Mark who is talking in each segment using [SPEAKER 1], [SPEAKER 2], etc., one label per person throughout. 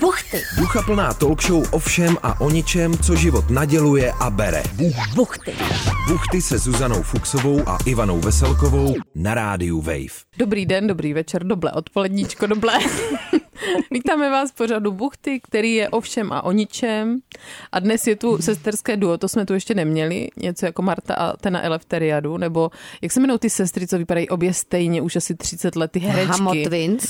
[SPEAKER 1] Buchty.
[SPEAKER 2] Ducha plná talk show o všem a o ničem, co život naděluje a bere.
[SPEAKER 1] Buchty.
[SPEAKER 2] Buchty se Zuzanou Fuxovou a Ivanou Veselkovou na rádiu Wave.
[SPEAKER 3] Dobrý den, dobrý večer, doble, odpoledníčko, doble. Vítáme vás v pořadu Buchty, který je o všem a o ničem. A dnes je tu sesterské duo, to jsme tu ještě neměli, něco jako Marta a Tena Elefteriadu, nebo jak se jmenou ty sestry, co vypadají obě stejně už asi 30 let, ty herečky.
[SPEAKER 1] Hamo Twins.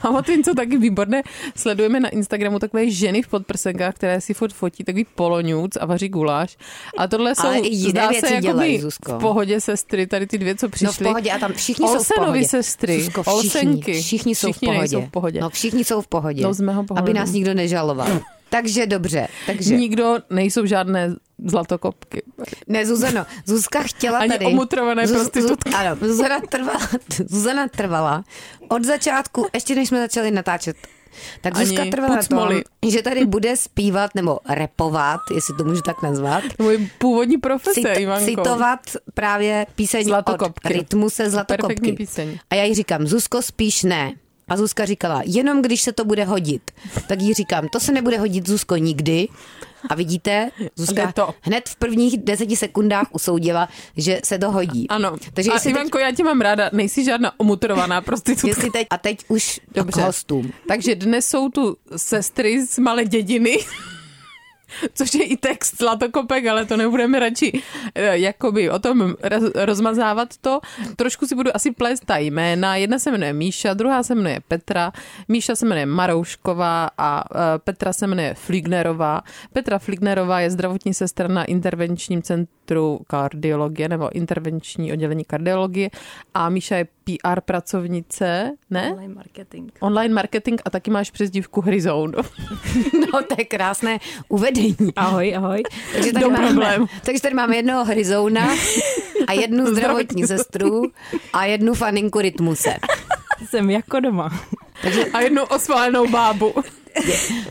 [SPEAKER 3] Hamotvin, co taky výborné. Sledujeme na Instagramu takové ženy v podprsenkách, které si furt fotí takový poloňuc a vaří guláš. A tohle jsou,
[SPEAKER 1] Ale i jiné
[SPEAKER 3] zdá
[SPEAKER 1] věci
[SPEAKER 3] se,
[SPEAKER 1] dělají,
[SPEAKER 3] jakoby
[SPEAKER 1] Zuzko.
[SPEAKER 3] v pohodě sestry, tady ty dvě, co přišly.
[SPEAKER 1] No v pohodě a tam všichni jsou v
[SPEAKER 3] Olsenovi
[SPEAKER 1] pohodě.
[SPEAKER 3] sestry,
[SPEAKER 1] Zuzko,
[SPEAKER 3] Olsenky.
[SPEAKER 1] všichni, všichni jsou
[SPEAKER 3] Všichni
[SPEAKER 1] v pohodě.
[SPEAKER 3] nejsou v pohodě.
[SPEAKER 1] No všichni jsou v pohodě.
[SPEAKER 3] No, z mého
[SPEAKER 1] Aby
[SPEAKER 3] pohledu.
[SPEAKER 1] nás nikdo nežaloval. Takže dobře, takže
[SPEAKER 3] Nikdo, nejsou žádné zlatokopky.
[SPEAKER 1] ne Zuzano, Zuzka chtěla
[SPEAKER 3] Ani
[SPEAKER 1] tady...
[SPEAKER 3] omutrované prostitutky.
[SPEAKER 1] Ano, Zuzana trvala, Zuzana trvala od začátku, ještě než jsme začali natáčet, tak
[SPEAKER 3] Ani
[SPEAKER 1] Zuzka trvala na tom,
[SPEAKER 3] pucmoli.
[SPEAKER 1] že tady bude zpívat nebo repovat, jestli to můžu tak nazvat,
[SPEAKER 3] Můj původní profese,
[SPEAKER 1] cit-
[SPEAKER 3] Ivanko.
[SPEAKER 1] citovat právě píseň
[SPEAKER 3] Zlatokopky.
[SPEAKER 1] od rytmu se Zlatokopky.
[SPEAKER 3] Perfektní píseň.
[SPEAKER 1] A já jí říkám, Zuzko, spíš ne. A Zuzka říkala, jenom když se to bude hodit. Tak jí říkám, to se nebude hodit, Zuzko, nikdy. A vidíte,
[SPEAKER 3] A
[SPEAKER 1] Zuzka
[SPEAKER 3] jde to.
[SPEAKER 1] hned v prvních deseti sekundách usoudila, že se to hodí.
[SPEAKER 3] Ano.
[SPEAKER 1] Takže
[SPEAKER 3] a
[SPEAKER 1] jestli teď,
[SPEAKER 3] Ivanko, já tě mám ráda, nejsi žádná omutrovaná prostitutka.
[SPEAKER 1] jestli teď, a teď už Dobře. k hostům.
[SPEAKER 3] Takže dnes jsou tu sestry z malé dědiny, což je i text Zlatokopek, ale to nebudeme radši eh, jakoby o tom roz- rozmazávat to. Trošku si budu asi plést ta jména. Jedna se jmenuje Míša, druhá se jmenuje Petra, Míša se jmenuje Maroušková a eh, Petra se jmenuje Flignerová. Petra Flignerová je zdravotní sestra na intervenčním centru kardiologie nebo intervenční oddělení kardiologie a Míša je PR pracovnice, ne?
[SPEAKER 4] Online marketing.
[SPEAKER 3] online marketing a taky máš přezdívku Horizon.
[SPEAKER 1] No to je krásné uvedení.
[SPEAKER 4] Ahoj, ahoj. No
[SPEAKER 1] Takže tady,
[SPEAKER 3] Do
[SPEAKER 1] máme,
[SPEAKER 3] problému.
[SPEAKER 1] takže tady máme jednoho Hryzouna a jednu zdravotní
[SPEAKER 3] Zdravotní.
[SPEAKER 1] sestru a jednu faninku Rytmuse.
[SPEAKER 4] Jsem jako doma.
[SPEAKER 3] A jednu osválenou bábu.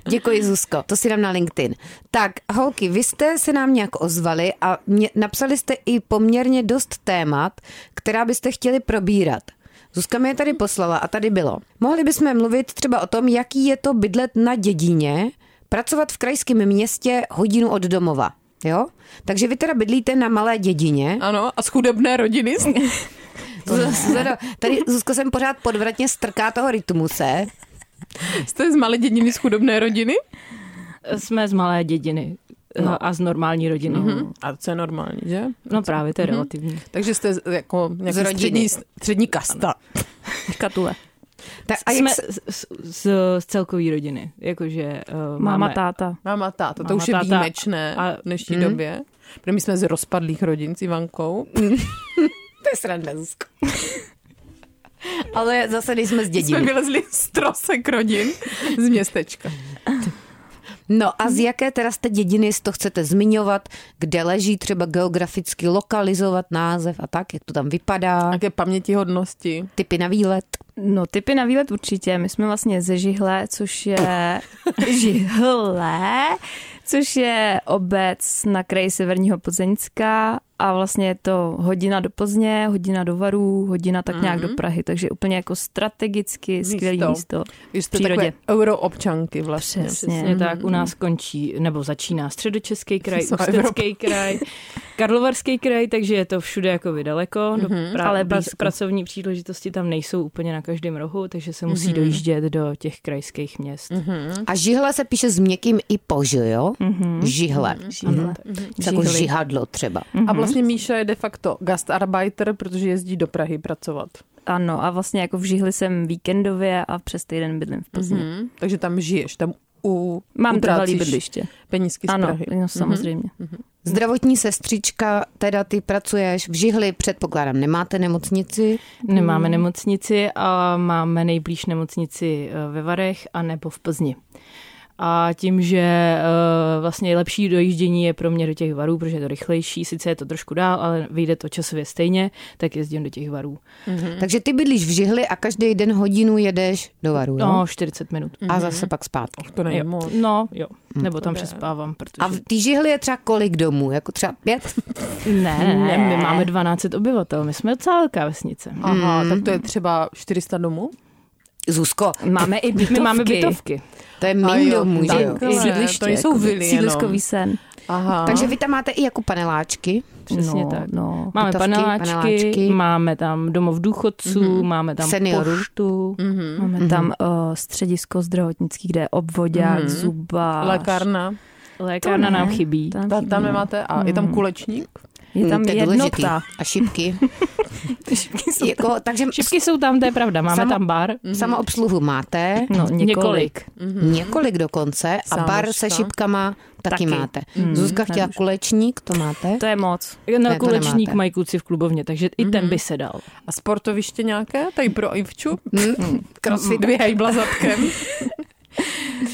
[SPEAKER 1] Děkuji, Zuzko, to si dám na LinkedIn. Tak, holky, vy jste se nám nějak ozvali a mě, napsali jste i poměrně dost témat, která byste chtěli probírat. Zuzka mi je tady poslala a tady bylo. Mohli bychom mluvit třeba o tom, jaký je to bydlet na dědině, pracovat v krajském městě hodinu od domova. Jo? Takže vy teda bydlíte na malé dědině.
[SPEAKER 3] Ano, a z chudebné rodiny.
[SPEAKER 1] Zuzano, tady Zuzko jsem pořád podvratně strká toho rytmuse.
[SPEAKER 3] Jste z malé dědiny z chudobné rodiny?
[SPEAKER 4] Jsme z malé dědiny no. a z normální rodiny. Mm-hmm.
[SPEAKER 3] A co je normální, že?
[SPEAKER 4] No právě, to je relativní.
[SPEAKER 3] Takže jste z- jako
[SPEAKER 1] Z
[SPEAKER 3] nějaký
[SPEAKER 1] rodiny.
[SPEAKER 3] střední, střední kasta. Katule.
[SPEAKER 1] Ta, a jak
[SPEAKER 4] Jsme
[SPEAKER 1] se,
[SPEAKER 4] z, z, z, z celkové rodiny, jakože uh,
[SPEAKER 5] Máma,
[SPEAKER 4] máme...
[SPEAKER 5] táta.
[SPEAKER 3] Máma, táta, to
[SPEAKER 4] Máma,
[SPEAKER 3] už je
[SPEAKER 4] táta
[SPEAKER 3] výjimečné
[SPEAKER 4] a-
[SPEAKER 3] v dnešní době. Protože my jsme z rozpadlých rodin s Ivankou.
[SPEAKER 1] to je sranda, Zuzko. Ale zase nejsme z
[SPEAKER 3] Jsme
[SPEAKER 1] dědiny.
[SPEAKER 3] vylezli z trosek rodin z městečka.
[SPEAKER 1] No a z jaké teda jste dědiny, to chcete zmiňovat, kde leží třeba geograficky lokalizovat název a tak, jak to tam vypadá,
[SPEAKER 3] Nějaké pamětihodnosti.
[SPEAKER 1] typy na výlet.
[SPEAKER 5] No, typy na výlet určitě. My jsme vlastně ze Žihle, což je... Žihle, což je obec na kraji severního Plzeňska a vlastně je to hodina do Plzně, hodina do Varů, hodina tak nějak do Prahy, takže úplně jako strategicky skvělé
[SPEAKER 3] Mhm. Místo.
[SPEAKER 5] místo.
[SPEAKER 3] Vy jste
[SPEAKER 5] V přírodě.
[SPEAKER 3] takové euroobčanky vlastně.
[SPEAKER 5] Přesně.
[SPEAKER 4] Přesně tak, u nás končí, nebo začíná středočeský kraj,
[SPEAKER 3] Jsou
[SPEAKER 4] ústecký kraj, karlovarský kraj, takže je to všude jako vy daleko, mm-hmm, pra,
[SPEAKER 5] ale
[SPEAKER 4] ale
[SPEAKER 5] blízko.
[SPEAKER 4] pracovní příležitosti tam nejsou úplně na každém rohu, takže se musí mm-hmm. dojíždět do těch krajských měst. Mm-hmm.
[SPEAKER 1] A žihle se píše s měkkým i pož, jo? Mm-hmm. Žihle.
[SPEAKER 5] Mhm.
[SPEAKER 3] Mhm.
[SPEAKER 4] Ano, tak.
[SPEAKER 1] Žihly. Jako žihadlo třeba.
[SPEAKER 3] A vlastně Míša je de facto gastarbeiter, protože jezdí do Prahy pracovat.
[SPEAKER 5] Ano, a vlastně jako v Žihli jsem víkendově a přes týden bydlím v Plzni. Mm-hmm.
[SPEAKER 3] Hmm, takže tam žiješ, tam u,
[SPEAKER 5] Mám trvalý
[SPEAKER 3] utrácíš
[SPEAKER 5] bydliště.
[SPEAKER 3] penízky z
[SPEAKER 5] Ano,
[SPEAKER 3] Prahy. Mhm.
[SPEAKER 5] no, samozřejmě.
[SPEAKER 1] Zdravotní sestřička, teda ty pracuješ v žihli, předpokládám, nemáte nemocnici.
[SPEAKER 4] Nemáme nemocnici a máme nejblíž nemocnici eh, ve Varech a nebo v Plzni. A tím, že eh, vlastně lepší dojíždění je pro mě do těch varů, protože je to rychlejší, sice je to trošku dál, ale vyjde to časově stejně, tak jezdím do těch varů.
[SPEAKER 1] Mm-hmm. Takže ty bydlíš v žihli a každý den hodinu jedeš do varu, jo?
[SPEAKER 4] No, 40 minut.
[SPEAKER 1] A zase pak zpátky.
[SPEAKER 3] To není
[SPEAKER 4] Jo.
[SPEAKER 3] moc.
[SPEAKER 4] No, jo. Nebo tam přespávám,
[SPEAKER 1] A
[SPEAKER 4] protože...
[SPEAKER 1] v té žihli je třeba kolik domů? Jako třeba pět?
[SPEAKER 4] Ne, ne, my máme
[SPEAKER 3] Hm.
[SPEAKER 4] 12 obyvatel, my jsme docela velká vesnice.
[SPEAKER 3] Aha, tak to je třeba 400 domů?
[SPEAKER 1] Zuzko,
[SPEAKER 5] Máme i bytovky.
[SPEAKER 4] My máme bytovky.
[SPEAKER 1] to je mín
[SPEAKER 3] jo,
[SPEAKER 1] domů,
[SPEAKER 3] tak
[SPEAKER 1] že
[SPEAKER 5] no.
[SPEAKER 1] jo?
[SPEAKER 3] jo. Takhle, to nejsou
[SPEAKER 5] jakoby
[SPEAKER 3] vily jenom.
[SPEAKER 5] Sídliskový sen.
[SPEAKER 3] Aha.
[SPEAKER 1] Takže vy tam máte i jako paneláčky.
[SPEAKER 4] Přesně
[SPEAKER 5] no,
[SPEAKER 4] tak.
[SPEAKER 5] No.
[SPEAKER 4] Máme
[SPEAKER 1] Bytovky,
[SPEAKER 4] paneláčky,
[SPEAKER 1] paneláčky.
[SPEAKER 4] máme tam domov důchodců, mm-hmm. máme tam
[SPEAKER 1] Seniorů.
[SPEAKER 4] poštu.
[SPEAKER 3] Mhm.
[SPEAKER 5] Máme mm-hmm. tam uh, středisko zdravotnický, kde je obvodák,
[SPEAKER 3] Mhm.
[SPEAKER 5] mm-hmm. zuba.
[SPEAKER 3] Lékárna.
[SPEAKER 4] Lékárna
[SPEAKER 5] To ne.
[SPEAKER 4] nám chybí.
[SPEAKER 5] Tam,
[SPEAKER 3] Ta,
[SPEAKER 5] chybí,
[SPEAKER 3] tam
[SPEAKER 5] no.
[SPEAKER 3] nemáte a je
[SPEAKER 1] Hm.
[SPEAKER 3] tam kulečník?
[SPEAKER 5] Hmm, Je tam
[SPEAKER 1] to je důležitý.
[SPEAKER 5] jednota.
[SPEAKER 1] A šipky. jako, takže
[SPEAKER 4] Šipky jsou tam, to je pravda, máme
[SPEAKER 1] Samo-
[SPEAKER 4] tam bar.
[SPEAKER 1] samoobsluhu máte,
[SPEAKER 5] No, několik.
[SPEAKER 4] Několik.
[SPEAKER 1] několik dokonce, a bar se
[SPEAKER 3] Sámoška.
[SPEAKER 1] šipkama taky,
[SPEAKER 5] Taky.
[SPEAKER 1] máte. Zuzka chtěla kulečník, to máte.
[SPEAKER 5] To je moc.
[SPEAKER 1] Ne,
[SPEAKER 4] Na
[SPEAKER 1] to
[SPEAKER 4] no, kulečník
[SPEAKER 1] nemáte.
[SPEAKER 4] mají kluci v klubovně, takže i ten by se dal.
[SPEAKER 3] A sportoviště nějaké? Tady pro Ivču?
[SPEAKER 1] Mhm.
[SPEAKER 3] no.
[SPEAKER 1] Crossfit.
[SPEAKER 3] Dvě hejbla zadkem.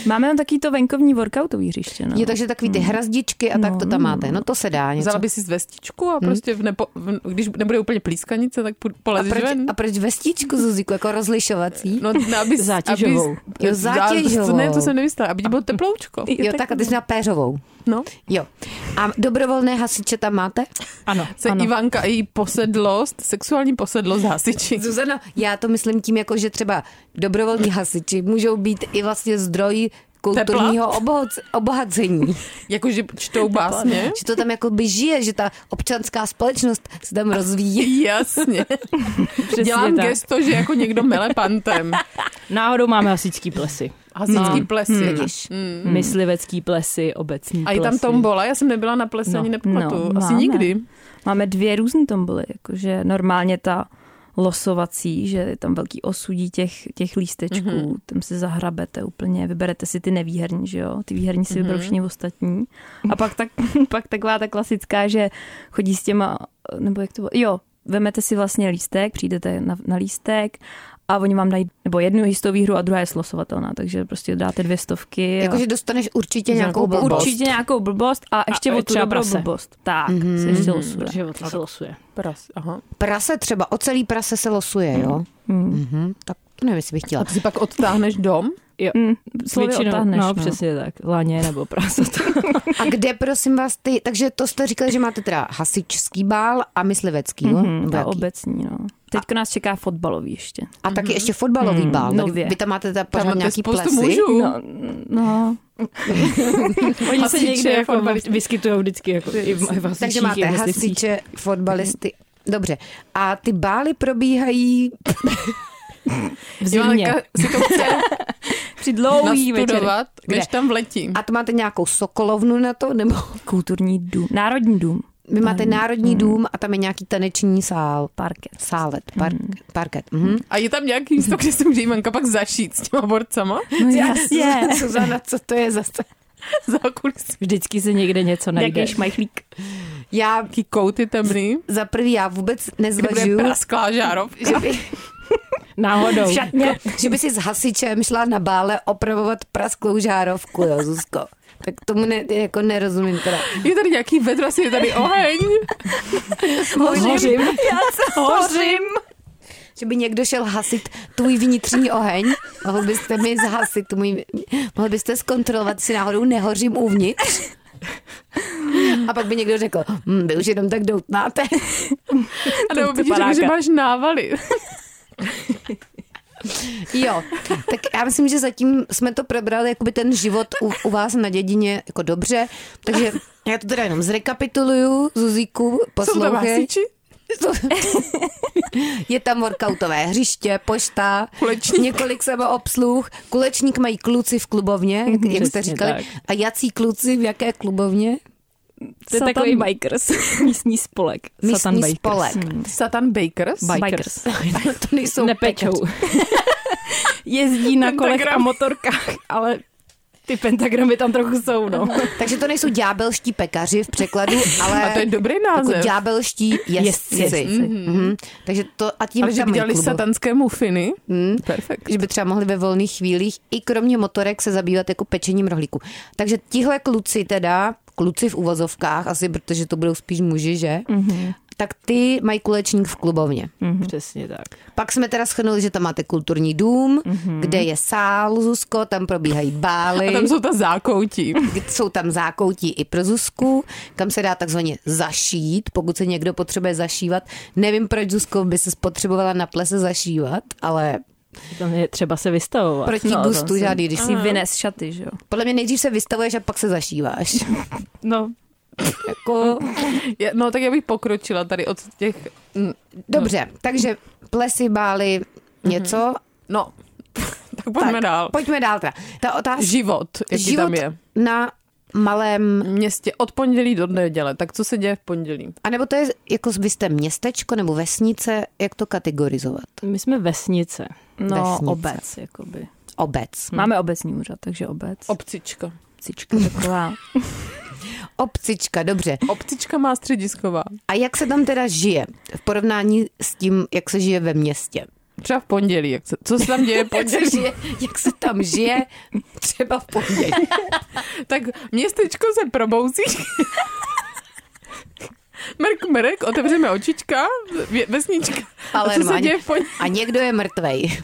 [SPEAKER 5] Máme tam taky to venkovní workoutový hřiště. No.
[SPEAKER 1] Je takže takový ty hrazdičky a tak to tam máte. No to se dá něco.
[SPEAKER 3] Vzala by si z vestičku
[SPEAKER 1] Hm.
[SPEAKER 3] a prostě, v nepo, v, když nebude úplně plískanice, tak půj-
[SPEAKER 1] a,
[SPEAKER 3] polezeš
[SPEAKER 1] proč,
[SPEAKER 3] ven.
[SPEAKER 1] a proč vestičku, Zuziku, jako rozlišovací?
[SPEAKER 3] No, no, aby,
[SPEAKER 4] Zátěžovou.
[SPEAKER 3] Aby,
[SPEAKER 1] Jo,
[SPEAKER 3] zá-
[SPEAKER 1] zátěžovou.
[SPEAKER 3] Ne, to jsem nemyslela, aby ti bylo teploučko.
[SPEAKER 1] jo, tak a ty jsi na péřovou.
[SPEAKER 3] No,
[SPEAKER 1] Jo. A dobrovolné hasiče tam máte?
[SPEAKER 4] Ano,
[SPEAKER 3] se ano.
[SPEAKER 4] ano.
[SPEAKER 3] Ivanka i její posedlost, sexuální posedlost hasiči.
[SPEAKER 1] Zuzano, já to myslím tím, jako že třeba dobrovolní hasiči můžou být i vlastně zdroj kulturního obohoc- obohacení.
[SPEAKER 3] Jakože čtou básně.
[SPEAKER 1] že to tam jako by žije, že ta občanská společnost se tam rozvíjí.
[SPEAKER 3] Jasně.
[SPEAKER 4] Přesně
[SPEAKER 3] Dělám
[SPEAKER 4] tak.
[SPEAKER 3] gesto, že jako někdo mele pantem. No.
[SPEAKER 4] Náhodou máme hasičský plesy.
[SPEAKER 3] Hasičský plesy. Mm.
[SPEAKER 4] Hmm. Myslivecký plesy, obecní
[SPEAKER 3] A je tam
[SPEAKER 4] plesy.
[SPEAKER 3] tombola, já jsem nebyla na plese,
[SPEAKER 4] No,
[SPEAKER 3] ani nepamatuju.
[SPEAKER 5] no,
[SPEAKER 3] Asi
[SPEAKER 5] máme.
[SPEAKER 3] nikdy.
[SPEAKER 5] Máme dvě různé tomboly, jakože normálně ta losovací, že je tam velký osudí těch, těch lístečků, mm-hmm. tam si zahrabete úplně, vyberete si ty nevýherní, že jo, ty výherní si vyberou všichni ostatní. A pak, tak, pak taková ta klasická, že chodí s těma, nebo jak to bylo, jo, vemete si vlastně lístek, přijdete na, na lístek a oni vám dají, nebo jednu jistou výhru a druhá je slosovatelná, takže prostě dáte dvě stovky. a-
[SPEAKER 1] Jakože Jako, dostaneš určitě
[SPEAKER 3] Za
[SPEAKER 1] nějakou
[SPEAKER 3] nějakou
[SPEAKER 1] blbost.
[SPEAKER 5] Určitě nějakou blbost a ještě
[SPEAKER 4] A- a
[SPEAKER 5] o tu
[SPEAKER 4] třeba
[SPEAKER 5] dobrou
[SPEAKER 4] prase.
[SPEAKER 5] blbost. Tak, mm-hmm. se ještě losuje.
[SPEAKER 4] Život se No, losuje.
[SPEAKER 3] Hmm. Pras, aha.
[SPEAKER 1] Prase třeba, o celý prase se losuje, jo?
[SPEAKER 5] Hmm.
[SPEAKER 1] Mhm, tak to nevím, jestli bych chtěla.
[SPEAKER 3] A ty si pak odtáhneš dom?
[SPEAKER 4] Jo.
[SPEAKER 5] Mm, slovy
[SPEAKER 4] Většinou-
[SPEAKER 5] odtáhneš,
[SPEAKER 4] no, přesně tak. Laně nebo prostě prasata.
[SPEAKER 1] A kde, prosím vás, ty, takže to jste říkali, že máte teda hasičský bál a myslivecký, jo?
[SPEAKER 3] Mhm,
[SPEAKER 5] Mm,
[SPEAKER 1] Nebo
[SPEAKER 5] ta
[SPEAKER 1] jaký?
[SPEAKER 5] obecní, no. Teďka nás čeká fotbalový ještě.
[SPEAKER 1] A taky ještě fotbalový bál. Tak
[SPEAKER 5] nově.
[SPEAKER 1] vy tam máte teda
[SPEAKER 3] Mhm, Tam
[SPEAKER 1] pořád
[SPEAKER 3] máte
[SPEAKER 1] nějaký
[SPEAKER 3] spoustu
[SPEAKER 1] plesy.
[SPEAKER 3] mužů.
[SPEAKER 5] No, no.
[SPEAKER 4] Oni se
[SPEAKER 3] Hasiči,
[SPEAKER 4] někde jako
[SPEAKER 3] fotbalisti.
[SPEAKER 4] vyskytují vždycky jako i v, i v
[SPEAKER 1] Takže
[SPEAKER 4] hasičích,
[SPEAKER 1] máte
[SPEAKER 4] i v myslivcích.
[SPEAKER 1] hasiče, fotbalisty. Dobře. A ty bály probíhají...
[SPEAKER 4] v zimě.
[SPEAKER 3] Ivanka si to chce
[SPEAKER 5] Při dlouhý večer.
[SPEAKER 3] nastudovat,
[SPEAKER 1] Kde?
[SPEAKER 3] než tam vletí.
[SPEAKER 1] A to máte nějakou sokolovnu na to? Nebo
[SPEAKER 5] Kulturní dům. Národní dům.
[SPEAKER 1] vy máte národní dům a tam je nějaký taneční sál.
[SPEAKER 5] Parket.
[SPEAKER 1] Sálet, park, parket. Mhm.
[SPEAKER 3] A je tam nějaký místo, kde se může Ivanka pak zašít s těma borcama?
[SPEAKER 5] No jasně.
[SPEAKER 1] Suzana, co to je zase?
[SPEAKER 3] Za kulisy.
[SPEAKER 4] Vždycky se někde něco najde.
[SPEAKER 5] Jaký šmajchlík.
[SPEAKER 1] Já
[SPEAKER 3] Jaký kouty temný,
[SPEAKER 1] za prvý já vůbec
[SPEAKER 3] kde bude
[SPEAKER 1] nezvažuju,
[SPEAKER 3] prasklá žárovka.
[SPEAKER 1] že by,
[SPEAKER 4] Náhodou.
[SPEAKER 1] šatně, že by si s hasičem šla na bále opravovat prasklou žárovku, jo, Zuzko. Tak tomu ne, jako nerozumím teda.
[SPEAKER 3] Je tady nějaký vedro, asi je tady oheň.
[SPEAKER 4] Hořím.
[SPEAKER 5] Hořím.
[SPEAKER 1] Že by někdo šel hasit tvůj vnitřní oheň, mohl byste mi zhasit můj, mohl byste zkontrolovat, jestli náhodou nehořím uvnitř. A pak by někdo řekl, hm, vy už jenom tak doutnáte.
[SPEAKER 3] A nebo by ti řekl,
[SPEAKER 4] paráka.
[SPEAKER 3] že máš návaly.
[SPEAKER 1] Jo, tak já myslím, že zatím jsme to probrali, jakoby ten život u, u vás na dědině jako dobře, takže já to teda jenom zrekapituluju, Zuzíku,
[SPEAKER 3] Jsou tam
[SPEAKER 1] poslouchej.
[SPEAKER 3] hasiči?
[SPEAKER 1] Je tam workoutové hřiště, pošta,
[SPEAKER 3] Kulečník.
[SPEAKER 1] několik sebeobsluh, kulečník mají kluci v klubovně, jak, jak jste
[SPEAKER 4] Přesně
[SPEAKER 1] říkali.
[SPEAKER 4] tak.
[SPEAKER 1] A jací kluci v jaké klubovně?
[SPEAKER 4] To je
[SPEAKER 5] Satan
[SPEAKER 4] takový
[SPEAKER 5] bikers. Místní spolek.
[SPEAKER 1] Místní
[SPEAKER 4] Satan Bakers.
[SPEAKER 1] spolek.
[SPEAKER 3] Satan Bakers?
[SPEAKER 4] Bikers.
[SPEAKER 1] To nejsou
[SPEAKER 4] Nepečou. Jezdí na kolech a
[SPEAKER 3] Pentagram.
[SPEAKER 4] motorkách, ale ty pentagramy tam trochu jsou, no.
[SPEAKER 1] Takže to nejsou ďábelští pekaři v překladu, ale
[SPEAKER 3] A to je dobrý
[SPEAKER 1] jako
[SPEAKER 3] název.
[SPEAKER 1] ďábelští jezdci.
[SPEAKER 4] Jezdci.
[SPEAKER 1] Mhm. Takže to a tím,
[SPEAKER 3] A že
[SPEAKER 1] že
[SPEAKER 3] by dělali
[SPEAKER 1] klubov.
[SPEAKER 3] satanské mufiny.
[SPEAKER 1] Hm?
[SPEAKER 3] Perfekt.
[SPEAKER 1] že by třeba mohli ve volných chvílích i kromě motorek se zabývat jako pečením rohlíku. Takže tihle kluci teda, kluci v uvozovkách, asi protože to budou spíš muži, že?
[SPEAKER 3] Mhm.
[SPEAKER 1] Mm-hmm. Tak ty mají kulečník v klubovně.
[SPEAKER 4] Přesně tak.
[SPEAKER 1] Pak jsme teda schrnuli, že tam máte kulturní dům, mm-hmm. kde je sál Zuzko, tam probíhají bály,
[SPEAKER 3] Mhm. A tam jsou ta zákoutí.
[SPEAKER 1] kde jsou tam zákoutí i pro Zuzku, kam se dá takzvaně zašít, pokud se někdo potřebuje zašívat. Nevím, proč Zuzko by se spotřebovala na plese zašívat, ale
[SPEAKER 4] Tam je třeba se vystavovat.
[SPEAKER 1] Proti
[SPEAKER 5] No,
[SPEAKER 1] no,
[SPEAKER 5] to
[SPEAKER 1] gustu
[SPEAKER 5] si-
[SPEAKER 1] žádný, když
[SPEAKER 5] Když
[SPEAKER 1] si...
[SPEAKER 5] si vynes šaty, že jo?
[SPEAKER 1] Podle mě nejdřív se vystavuješ a pak se zašíváš.
[SPEAKER 4] No,
[SPEAKER 1] jako...
[SPEAKER 3] Je- No tak já bych pokročila tady od těch,
[SPEAKER 1] Dobře, no. takže plesy báli
[SPEAKER 5] Mhm.
[SPEAKER 1] něco.
[SPEAKER 3] no, tak pojďme
[SPEAKER 1] Tak,
[SPEAKER 3] dál.
[SPEAKER 1] Pojďme dál teda. Ta otázka
[SPEAKER 3] Život, jaký
[SPEAKER 1] Život-
[SPEAKER 3] Život... tam je.
[SPEAKER 1] na malém,
[SPEAKER 3] V Městě od pondělí do neděle, tak co se děje v pondělí?
[SPEAKER 1] anebo to je jako vy jste městečko nebo vesnice, jak to kategorizovat?
[SPEAKER 4] my jsme vesnice.
[SPEAKER 5] No,
[SPEAKER 1] Vesnice.
[SPEAKER 5] obec, Hm. jakoby.
[SPEAKER 4] Hm.
[SPEAKER 1] Obec.
[SPEAKER 5] Máme obecní úřad, takže obec.
[SPEAKER 3] Obcička.
[SPEAKER 5] Obcička taková.
[SPEAKER 1] Obcička, dobře.
[SPEAKER 3] Obcička má středisková.
[SPEAKER 1] A jak se tam teda žije v porovnání s tím, jak se žije ve městě?
[SPEAKER 3] Třeba v pondělí. Jak se, co se tam děje v
[SPEAKER 1] Jak se,
[SPEAKER 3] pondělí?
[SPEAKER 1] žije, jak se tam žije třeba v pondělí?
[SPEAKER 3] tak městečko se probouzí. Mrk, mrk, otevřeme očička, vě- vesnička.
[SPEAKER 1] Ale
[SPEAKER 3] Ale co se
[SPEAKER 1] Váně-
[SPEAKER 3] děje v pondělí?
[SPEAKER 1] A někdo je mrtvej.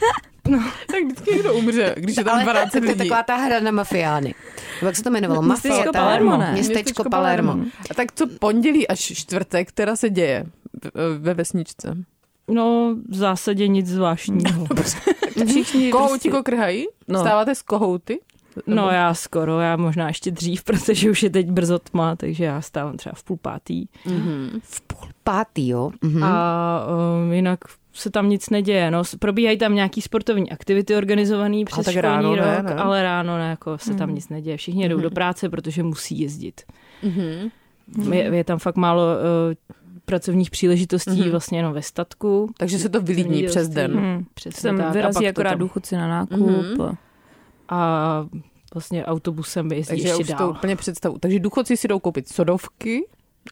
[SPEAKER 3] Tak vždycky někdo umře, když je tam
[SPEAKER 1] Ale
[SPEAKER 3] 12
[SPEAKER 1] to, to je
[SPEAKER 3] lidí.
[SPEAKER 1] taková ta hra na mafiány. Nebo Jak se to jmenovalo?
[SPEAKER 4] Městečko
[SPEAKER 1] Mafie, ta-
[SPEAKER 4] Palermo, ne?
[SPEAKER 1] Městečko Palermo.
[SPEAKER 3] A tak co pondělí až čtvrtek, která se děje v- eh, ve vesničce?
[SPEAKER 4] No, v zásadě nic zvláštního.
[SPEAKER 5] Všichni
[SPEAKER 3] Kohouti kokrhají?
[SPEAKER 5] No.
[SPEAKER 3] No. Stáváte z kohouty?
[SPEAKER 4] No já skoro, já možná ještě dřív, protože už je teď brzo tma, takže já stávám třeba v půl pátý.
[SPEAKER 1] Pátý, jo? Mhm.
[SPEAKER 4] A um, jinak se tam nic neděje. No, s- probíhají tam nějaký sportovní aktivity organizované přes
[SPEAKER 3] tak
[SPEAKER 4] školní
[SPEAKER 3] ráno
[SPEAKER 4] rok,
[SPEAKER 3] ne, ne?
[SPEAKER 4] ale ráno ne, jako se tam nic neděje. Všichni jdou do práce, protože musí jezdit.
[SPEAKER 3] Mm-hmm.
[SPEAKER 4] Je, je tam fakt málo uh, pracovních příležitostí vlastně jenom ve statku.
[SPEAKER 3] Takže se to vylídní přes den.
[SPEAKER 5] Hmm.
[SPEAKER 4] Hm. Přesně tak.
[SPEAKER 5] Sem
[SPEAKER 4] A
[SPEAKER 5] vyrazí
[SPEAKER 4] pak to
[SPEAKER 5] akorát
[SPEAKER 4] tam-
[SPEAKER 5] důchodci na nákup. eh,
[SPEAKER 3] Mhm.
[SPEAKER 4] A vlastně autobusem jezdí
[SPEAKER 3] Takže já
[SPEAKER 4] ještě
[SPEAKER 3] už
[SPEAKER 4] dál.
[SPEAKER 3] to úplně představu. Takže důchodci si jdou koupit sodovky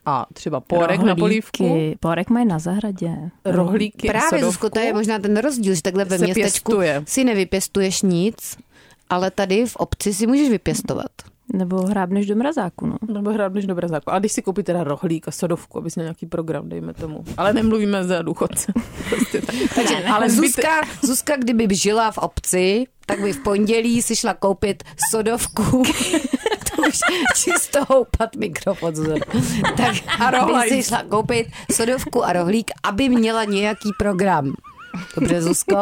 [SPEAKER 3] a třeba porek na
[SPEAKER 5] Rohlíky.
[SPEAKER 3] polívku,
[SPEAKER 5] Porek mají na zahradě.
[SPEAKER 3] rohlíky a
[SPEAKER 1] Právě,
[SPEAKER 3] sodovku.
[SPEAKER 1] Zuzko, to je možná ten rozdíl, že takhle ve
[SPEAKER 3] se
[SPEAKER 1] městečku
[SPEAKER 3] pěstuje.
[SPEAKER 1] si nevypěstuješ nic, ale tady v obci si můžeš vypěstovat.
[SPEAKER 5] Nebo hrábneš do mrazáku, no.
[SPEAKER 3] Nebo hrábneš do brazáku. A když si koupí teda rohlík a sodovku, abys měl nějaký program, dejme tomu. Ale nemluvíme za důchodce. Prostě tak.
[SPEAKER 1] Takže ale
[SPEAKER 3] zbyte-
[SPEAKER 1] Zuzka, Zuzka, kdyby žila v obci, tak by v pondělí si šla koupit sodovku. to už čisto houpat mikrofon, Zuzana. Tak
[SPEAKER 3] A
[SPEAKER 1] aby
[SPEAKER 3] rohlajs.
[SPEAKER 1] si šla koupit sodovku a rohlík, aby měla nějaký program. Dobře, Zuzko.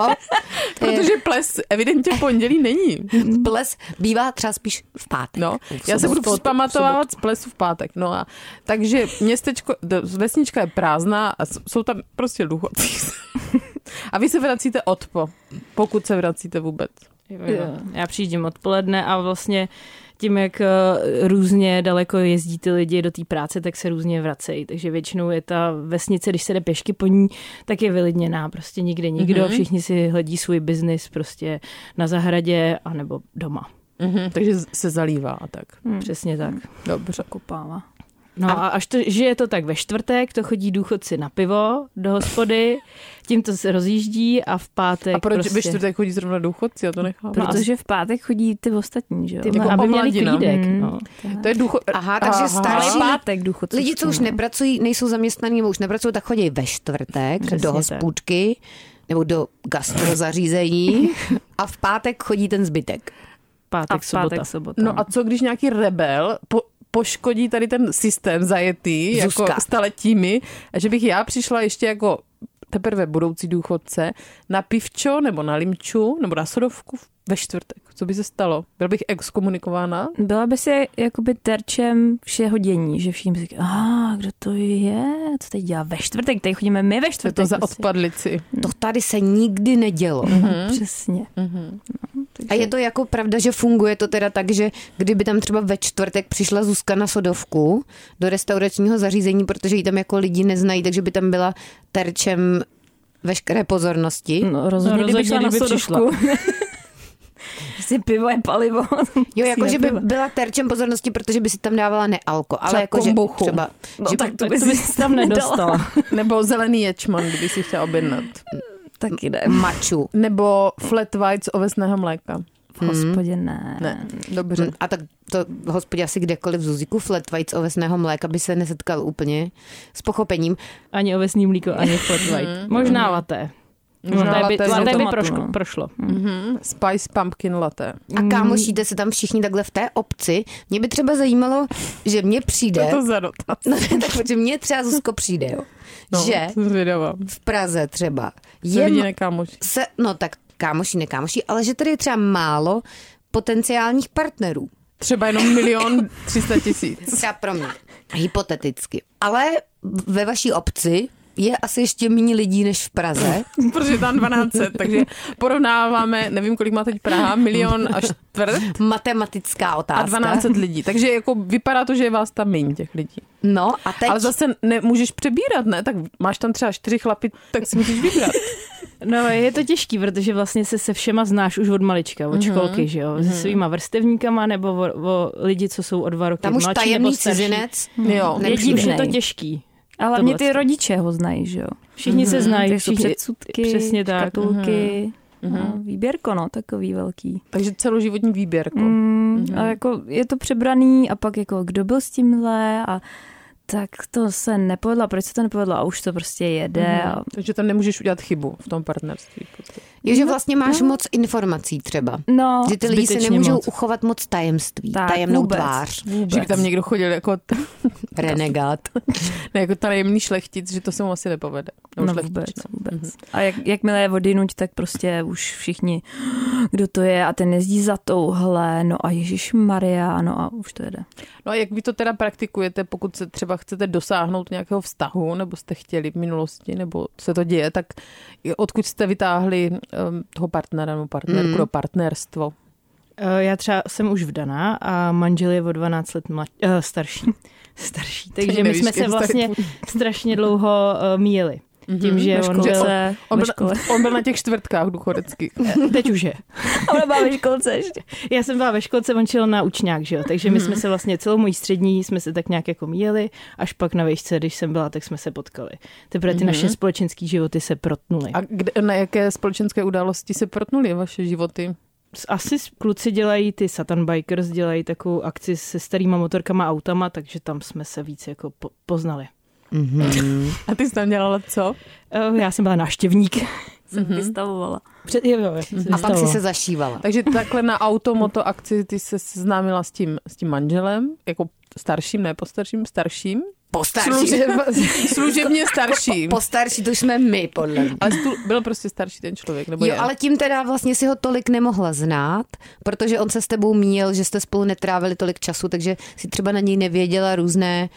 [SPEAKER 1] To je-
[SPEAKER 3] Protože ples evidentně v pondělí není.
[SPEAKER 1] ples bývá třeba spíš v pátek.
[SPEAKER 3] No,
[SPEAKER 1] V
[SPEAKER 3] já se budu
[SPEAKER 1] sobotu, v
[SPEAKER 3] vzpamatovávat z plesu v pátek. No a takže městečko, d- vesnička je prázdná a s- jsou tam prostě důchodci. A vy se vracíte odpo, pokud se vracíte vůbec.
[SPEAKER 4] Jo, jo. Já přijíždím odpoledne a vlastně tím, jak eh, různě daleko jezdí ty lidi do té práce, tak se různě vracejí. Takže většinou je ta vesnice, když se jde pěšky po ní, tak je vylidněná. Prostě nikde nikdo, mm-hmm. všichni si hledí svůj biznis prostě na zahradě anebo doma.
[SPEAKER 3] Mhm, takže z- se zalívá a tak.
[SPEAKER 4] Mm. Přesně tak.
[SPEAKER 3] Dobře.
[SPEAKER 5] Kopává.
[SPEAKER 4] No a až to, že je to tak ve čtvrtek, to chodí důchodci na pivo do hospody, tím to se rozjíždí a v pátek
[SPEAKER 3] A proč
[SPEAKER 4] prostě...
[SPEAKER 3] prostě. ve čtvrtek chodí zrovna důchodci? Já to nechám.
[SPEAKER 4] No a-
[SPEAKER 5] Protože v pátek chodí ty ostatní, že jo?
[SPEAKER 4] Ty,
[SPEAKER 3] Jako
[SPEAKER 4] aby měli
[SPEAKER 3] omladina.
[SPEAKER 4] klídek,
[SPEAKER 5] Mm.
[SPEAKER 4] no.
[SPEAKER 3] To je důchod...
[SPEAKER 1] Aha, takže starší-
[SPEAKER 5] Ale pátek důchodci.
[SPEAKER 1] Lidi, co už nepracují, nejsou zaměstnaní nebo už nepracují, tak chodí ve čtvrtek Přesně
[SPEAKER 4] Přesně
[SPEAKER 1] do
[SPEAKER 4] tak.
[SPEAKER 1] hospůdky nebo do gastrozařízení a v pátek chodí ten zbytek.
[SPEAKER 4] Pátek,
[SPEAKER 5] A v pátek,
[SPEAKER 4] sobota.
[SPEAKER 5] sobota.
[SPEAKER 3] No a co když nějaký rebel po, poškodí tady ten systém zajetý
[SPEAKER 1] Zuzka.
[SPEAKER 3] jako staletími a že bych já přišla ještě jako teprve budoucí důchodce na pivčo nebo na limču nebo na sodovku ve čtvrtek. Co by se stalo? Byl bych exkomunikována?
[SPEAKER 5] Byla by si jakoby terčem všeho dění, že všichni by si říkali, a kdo to je, co teď dělá ve čtvrtek, tady chodíme my ve
[SPEAKER 3] Co je
[SPEAKER 5] čtvrtek.
[SPEAKER 3] to za
[SPEAKER 5] prostě. No,
[SPEAKER 3] odpadlici?
[SPEAKER 1] To tady se nikdy nedělo.
[SPEAKER 5] Hmm. Přesně.
[SPEAKER 1] A je to jako pravda, že funguje to teda tak, že kdyby tam třeba ve čtvrtek přišla Zuzka na sodovku do restauračního zařízení, protože ji tam jako lidi neznají, takže by tam byla terčem veškeré pozornosti.
[SPEAKER 4] No,
[SPEAKER 5] No, rozhodně,
[SPEAKER 4] rozhodně,
[SPEAKER 5] kdyby šla na
[SPEAKER 4] kdyby přišla.
[SPEAKER 5] sodovku. Jestli pivo je palivo. Prostě
[SPEAKER 1] Jo,
[SPEAKER 5] si
[SPEAKER 1] jako že by
[SPEAKER 5] napiva.
[SPEAKER 1] byla terčem pozornosti, protože by si tam dávala nealko, ale
[SPEAKER 3] Třeba
[SPEAKER 1] jako, že
[SPEAKER 3] kombuchu.
[SPEAKER 1] třeba...
[SPEAKER 5] No,
[SPEAKER 1] že
[SPEAKER 5] tak to
[SPEAKER 4] Tak
[SPEAKER 5] by
[SPEAKER 4] to bys
[SPEAKER 5] si
[SPEAKER 4] tam
[SPEAKER 5] nedala.
[SPEAKER 4] nedostala.
[SPEAKER 3] Nebo zelený ječman, kdyby si chtěla objednat.
[SPEAKER 5] Taky ne.
[SPEAKER 1] Mhm. maču.
[SPEAKER 3] Nebo flat white z ovesného mléka.
[SPEAKER 5] V hospodě ne.
[SPEAKER 3] Ne, dobře.
[SPEAKER 1] A tak to v hospodě asi kdekoliv v Zuziku flat white z ovesného mléka by se nesetkal úplně s pochopením.
[SPEAKER 4] Ani ovesný mlíko, ani flat white. Možná laté.
[SPEAKER 3] Možná
[SPEAKER 4] Laté by,
[SPEAKER 3] latte s
[SPEAKER 4] laté by
[SPEAKER 5] automatu,
[SPEAKER 4] prošlo.
[SPEAKER 5] no.
[SPEAKER 4] prošlo.
[SPEAKER 3] Mhm, Spice pumpkin latte.
[SPEAKER 1] A kámošíte se tam všichni takhle v té obci. Mě by třeba zajímalo, že mně přijde,
[SPEAKER 3] To za dotaz.
[SPEAKER 1] no, tak protože mně třeba Zuzko přijde, jo,
[SPEAKER 3] No,
[SPEAKER 1] že
[SPEAKER 3] Jsem zvědavá.
[SPEAKER 1] v Praze třeba
[SPEAKER 3] Je
[SPEAKER 1] je,
[SPEAKER 3] vidíme kámoši.
[SPEAKER 1] se, no tak kámoši, nekámoši, ale že tady je třeba málo potenciálních partnerů.
[SPEAKER 3] Třeba jenom milion třista tisíc.
[SPEAKER 1] Třeba pro mě. Hypoteticky. Ale ve vaší obci je asi ještě méně lidí než v Praze.
[SPEAKER 3] Protože je tam 1200, takže porovnáváme, nevím, kolik má teď Praha, milion a čtvrt
[SPEAKER 1] Matematická
[SPEAKER 3] a
[SPEAKER 1] otázka.
[SPEAKER 3] 1200 lidí. Takže jako vypadá to, že je vás tam méně těch lidí.
[SPEAKER 1] No a teď...
[SPEAKER 3] Ale zase nemůžeš přebírat, ne? Tak máš tam třeba čtyři chlapy, tak si musíš vybrat.
[SPEAKER 4] No, je to těžký, protože vlastně se se všema znáš už od malička, od školky, že jo? Se svýma vrstevníkama nebo o, o lidi, co jsou o dva roky
[SPEAKER 1] Tam už
[SPEAKER 4] mladší nebo
[SPEAKER 1] tajemný
[SPEAKER 4] starší.
[SPEAKER 1] cizinec.
[SPEAKER 3] Jo.
[SPEAKER 4] Jedním je
[SPEAKER 5] nepřijde.
[SPEAKER 4] to těžký.
[SPEAKER 5] A hlavně
[SPEAKER 4] Tohle
[SPEAKER 5] ty
[SPEAKER 4] to.
[SPEAKER 5] rodiče ho znají, že jo?
[SPEAKER 4] Všichni se znají,
[SPEAKER 5] Ty jsou
[SPEAKER 4] všichni,
[SPEAKER 5] předsudky,
[SPEAKER 4] přesně tak.
[SPEAKER 5] škatulky, no, výběrko, no, takový velký.
[SPEAKER 3] Takže celoživotní výběrko.
[SPEAKER 5] Mm,
[SPEAKER 3] Mhm.
[SPEAKER 5] a jako je to přebraný a pak jako kdo byl s tímhle a tak to se nepovedlo, a proč se to nepovedlo a už to prostě jede. A...
[SPEAKER 3] Takže tam nemůžeš udělat chybu v tom partnerství. prostě.
[SPEAKER 1] Je, že vlastně máš moc informací třeba.
[SPEAKER 5] No,
[SPEAKER 1] Že ty lidi si
[SPEAKER 4] zbytečně
[SPEAKER 1] nemůžou
[SPEAKER 4] moc.
[SPEAKER 1] uchovat moc tajemství,
[SPEAKER 5] Tak,
[SPEAKER 1] tajemnou
[SPEAKER 5] vůbec.
[SPEAKER 1] tvář,
[SPEAKER 3] Že by tam někdo chodil jako, t-
[SPEAKER 1] renegát.
[SPEAKER 3] ne, jako tajemný šlechtic, že to se mu asi nepovede. Nebo
[SPEAKER 5] No
[SPEAKER 3] šlechtična.
[SPEAKER 5] vůbec,
[SPEAKER 3] Mhm.
[SPEAKER 5] vůbec. A jak, jakmile je odjinuť, tak prostě už všichni, kdo to je a ten jezdí za touhle, no a Ježíš Maria, no a už to jede.
[SPEAKER 3] No a jak vy to teda praktikujete, pokud se třeba chcete dosáhnout nějakého vztahu, nebo jste chtěli v minulosti, nebo se to děje, tak odkud jste vytáhli um, toho partnera nebo partnerku mm. do partnerstvo?
[SPEAKER 4] Eh, Já třeba jsem už vdaná a manžel je o 12 let mlad, uh, starší. starší. Takže my
[SPEAKER 3] nevíš,
[SPEAKER 4] jsme se
[SPEAKER 3] jak
[SPEAKER 4] vlastně strašně dlouho uh, míjeli. Tím, že
[SPEAKER 5] Ve
[SPEAKER 4] on byl,
[SPEAKER 5] školce,
[SPEAKER 3] On
[SPEAKER 5] ve
[SPEAKER 3] byl,
[SPEAKER 5] škole.
[SPEAKER 3] on byl na těch čtvrtkách důchodeckých.
[SPEAKER 4] teď už je.
[SPEAKER 5] Ale máme ve školce ještě.
[SPEAKER 4] Já jsem byla ve školce, on šel na učňák, že jo? takže my jsme se vlastně celou mojí střední jsme se tak nějak jako míjeli, až pak na výšce, když jsem byla, tak jsme se potkali. Teprve ty naše společenské životy se protnuly.
[SPEAKER 3] A kde, na jaké společenské události se protnuly vaše životy?
[SPEAKER 4] asi s- kluci dělají, ty Satan Bikers dělají takovou akci se starýma motorkama a autama, takže tam jsme se víc jako po- poznali.
[SPEAKER 3] A ty jsi tam dělala co?
[SPEAKER 4] Eh, Já jsem byla náštěvník.
[SPEAKER 3] Mhm.
[SPEAKER 5] Jsem vystavovala.
[SPEAKER 4] Před, jo, jo,
[SPEAKER 1] A pak si se zašívala.
[SPEAKER 3] Takže takhle na automoto akci ty se seznámila s tím, s tím manželem, jako starším, ne postarším, starším.
[SPEAKER 1] Po starší.
[SPEAKER 3] Služeb, služebně starším.
[SPEAKER 1] Po starší to jsme my, podle mě.
[SPEAKER 3] Ale tu, byl prostě starší ten člověk, nebo
[SPEAKER 1] Jo,
[SPEAKER 3] je?
[SPEAKER 1] ale tím teda vlastně si ho tolik nemohla znát, protože on se s tebou míjel, že jste spolu netrávili tolik času, takže si třeba na něj nevěděla různé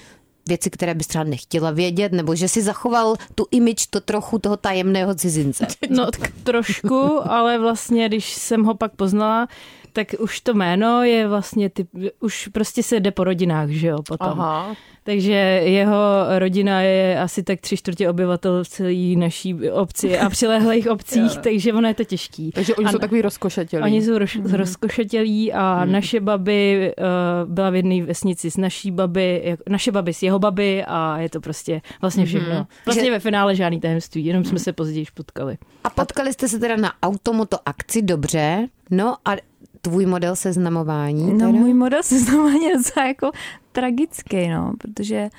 [SPEAKER 1] věci, které bys třeba nechtěla vědět, nebo že si zachoval tu image to trochu toho tajemného cizince.
[SPEAKER 4] No tak trošku, ale vlastně, když jsem ho pak poznala, tak už to jméno je vlastně, ty, už prostě se jde po rodinách, že jo, potom.
[SPEAKER 3] Aha,
[SPEAKER 4] Takže jeho rodina je asi tak tři čtvrtě obyvatel v celé naší obci a přilehlých obcích, takže ono je to těžký.
[SPEAKER 3] takže oni
[SPEAKER 4] Ano.
[SPEAKER 3] jsou takový rozkošatělí.
[SPEAKER 4] Oni jsou roš-
[SPEAKER 5] Mhm.
[SPEAKER 4] rozkošetělí a naše baby uh, byla v jedné vesnici s naší baby, jak, naše baby s jeho baby a je to prostě
[SPEAKER 5] Mhm.
[SPEAKER 4] vlastně všechno. Vlastně
[SPEAKER 1] Že-
[SPEAKER 4] ve finále žádný tajemství, jenom jsme se později potkali.
[SPEAKER 1] A potkali jste se teda na automoto akci, dobře, no a tvůj model seznamování
[SPEAKER 5] No
[SPEAKER 1] teda?
[SPEAKER 5] můj model seznamování je docela jako tragický, no, protože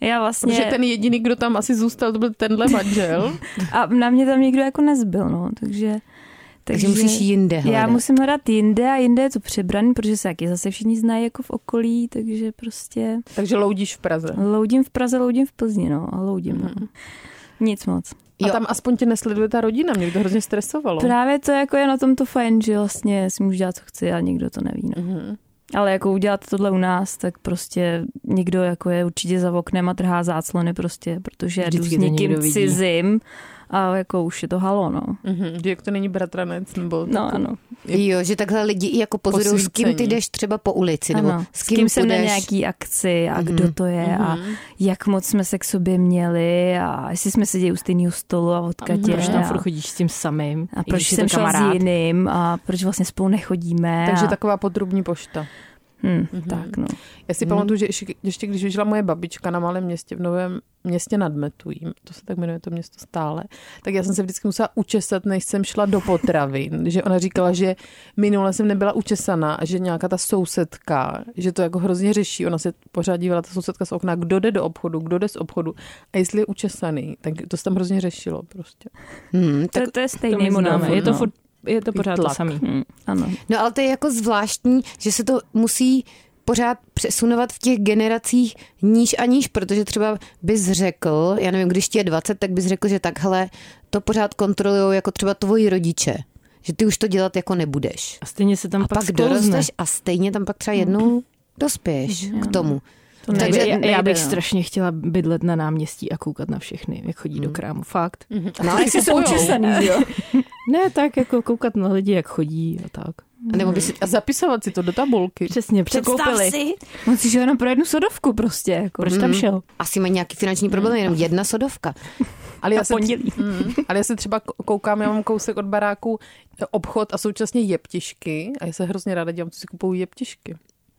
[SPEAKER 5] já vlastně...
[SPEAKER 3] Protože ten jediný, kdo tam asi zůstal, to byl tenhle manžel.
[SPEAKER 5] A na mě tam nikdo jako nezbyl, no, takže...
[SPEAKER 1] takže musíš jinde hledat.
[SPEAKER 5] Já musím hledat jinde a jinde je to přebraný, protože se taky zase všichni znají jako v okolí, takže prostě
[SPEAKER 3] takže loudíš v Praze.
[SPEAKER 5] loudím v Praze, loudím v Plzni, no, a loudím,
[SPEAKER 1] Mhm.
[SPEAKER 5] no. Nic moc.
[SPEAKER 3] A
[SPEAKER 1] Jo.
[SPEAKER 3] tam aspoň tě nesleduje ta rodina, mě by to hrozně stresovalo.
[SPEAKER 1] No.
[SPEAKER 5] Právě to jako je na tom to fajn, že vlastně si můžu dělat, co chci a nikdo to neví, no.
[SPEAKER 3] Mhm.
[SPEAKER 5] Ale jako udělat tohle u nás, tak prostě někdo jako je určitě za oknem a trhá záclony prostě, protože jdu s
[SPEAKER 4] Vždycky to někdo
[SPEAKER 5] někým
[SPEAKER 4] vidí.
[SPEAKER 5] cizím a jako už je to halo, no.
[SPEAKER 3] Mhm, že jak to není bratranec, nebo...
[SPEAKER 5] No ano.
[SPEAKER 1] Jo, že takhle lidi i jako pozorují, s kým ty
[SPEAKER 3] Posvícení.
[SPEAKER 1] jdeš třeba po ulici, nebo
[SPEAKER 5] Ano,
[SPEAKER 1] s kým,
[SPEAKER 5] jsem na
[SPEAKER 1] půjdeš.
[SPEAKER 5] nějaký akci
[SPEAKER 4] Mhm.
[SPEAKER 5] a kdo to je a jak moc jsme se k sobě měli a jestli jsme seděli u stejného stolu a odkatě.
[SPEAKER 4] Proč tam
[SPEAKER 5] a-
[SPEAKER 4] furt chodíš s tím samým?
[SPEAKER 5] a
[SPEAKER 4] i
[SPEAKER 5] proč
[SPEAKER 4] když je
[SPEAKER 5] jsem
[SPEAKER 4] to
[SPEAKER 5] šla s
[SPEAKER 4] kamarád?
[SPEAKER 5] jiným a proč vlastně spolu nechodíme.
[SPEAKER 3] Takže
[SPEAKER 5] a,
[SPEAKER 3] taková podrobní pošta.
[SPEAKER 5] hm,
[SPEAKER 4] Mhm.
[SPEAKER 5] tak no.
[SPEAKER 3] Já si pamatuju, že ještě, ještě když žila moje babička na malém městě v Novém městě nad Metují, to se tak jmenuje to město stále, tak já jsem se vždycky musela učesat, než jsem šla do potravin. že ona říkala, že minule jsem nebyla učesaná a že nějaká ta sousedka, že to jako hrozně řeší. Ona se pořád dívala, ta sousedka z okna, kdo jde do obchodu, kdo jde z obchodu a jestli je učesaný, tak to se tam hrozně řešilo prostě.
[SPEAKER 1] Hmm,
[SPEAKER 5] To, to je
[SPEAKER 4] To
[SPEAKER 5] stejný
[SPEAKER 4] my
[SPEAKER 5] model.
[SPEAKER 4] známe. Je to,
[SPEAKER 5] no.
[SPEAKER 4] furt, je to
[SPEAKER 3] Takový
[SPEAKER 4] pořád to
[SPEAKER 3] tlak.
[SPEAKER 4] samý.
[SPEAKER 5] Hm, ano.
[SPEAKER 1] No ale to je jako zvláštní, že se to musí pořád přesunovat v těch generacích níž a níž, protože třeba bys řekl, já nevím, když ti je 20, tak bys řekl, že takhle to pořád kontrolují jako třeba tvoji rodiče. Že ty už to dělat jako nebudeš.
[SPEAKER 4] A stejně se tam
[SPEAKER 1] A pak, pak dorosteš a stejně tam pak třeba
[SPEAKER 4] No.
[SPEAKER 1] jednou dospěješ k tomu.
[SPEAKER 4] To nejde,
[SPEAKER 1] Takže
[SPEAKER 4] Takže já, já
[SPEAKER 5] nejde,
[SPEAKER 4] bych
[SPEAKER 5] no.
[SPEAKER 4] strašně chtěla bydlet na náměstí a koukat na všechny, jak chodí
[SPEAKER 5] Mhm.
[SPEAKER 4] do krámu. Fakt.
[SPEAKER 1] No, ale si jsou
[SPEAKER 5] Učesaný, jo.
[SPEAKER 4] Ne, tak jako koukat na lidi, jak chodí a tak.
[SPEAKER 1] Nebo by si
[SPEAKER 3] A zapisovat si to do tabulky.
[SPEAKER 4] Přesně, překoupili.
[SPEAKER 5] si. On si šel jenom pro jednu sodovku prostě. Jako.
[SPEAKER 4] Proč
[SPEAKER 3] Mhm.
[SPEAKER 4] tam šel?
[SPEAKER 1] asi mají nějaký finanční problém, jenom jedna sodovka.
[SPEAKER 3] Ale já,
[SPEAKER 4] Na
[SPEAKER 3] se,
[SPEAKER 4] pondělí.
[SPEAKER 3] mm, ale já se třeba koukám, já mám kousek od baráku eh, obchod a současně jeptišky a já se hrozně ráda dělám, co si kupuju jeptišky.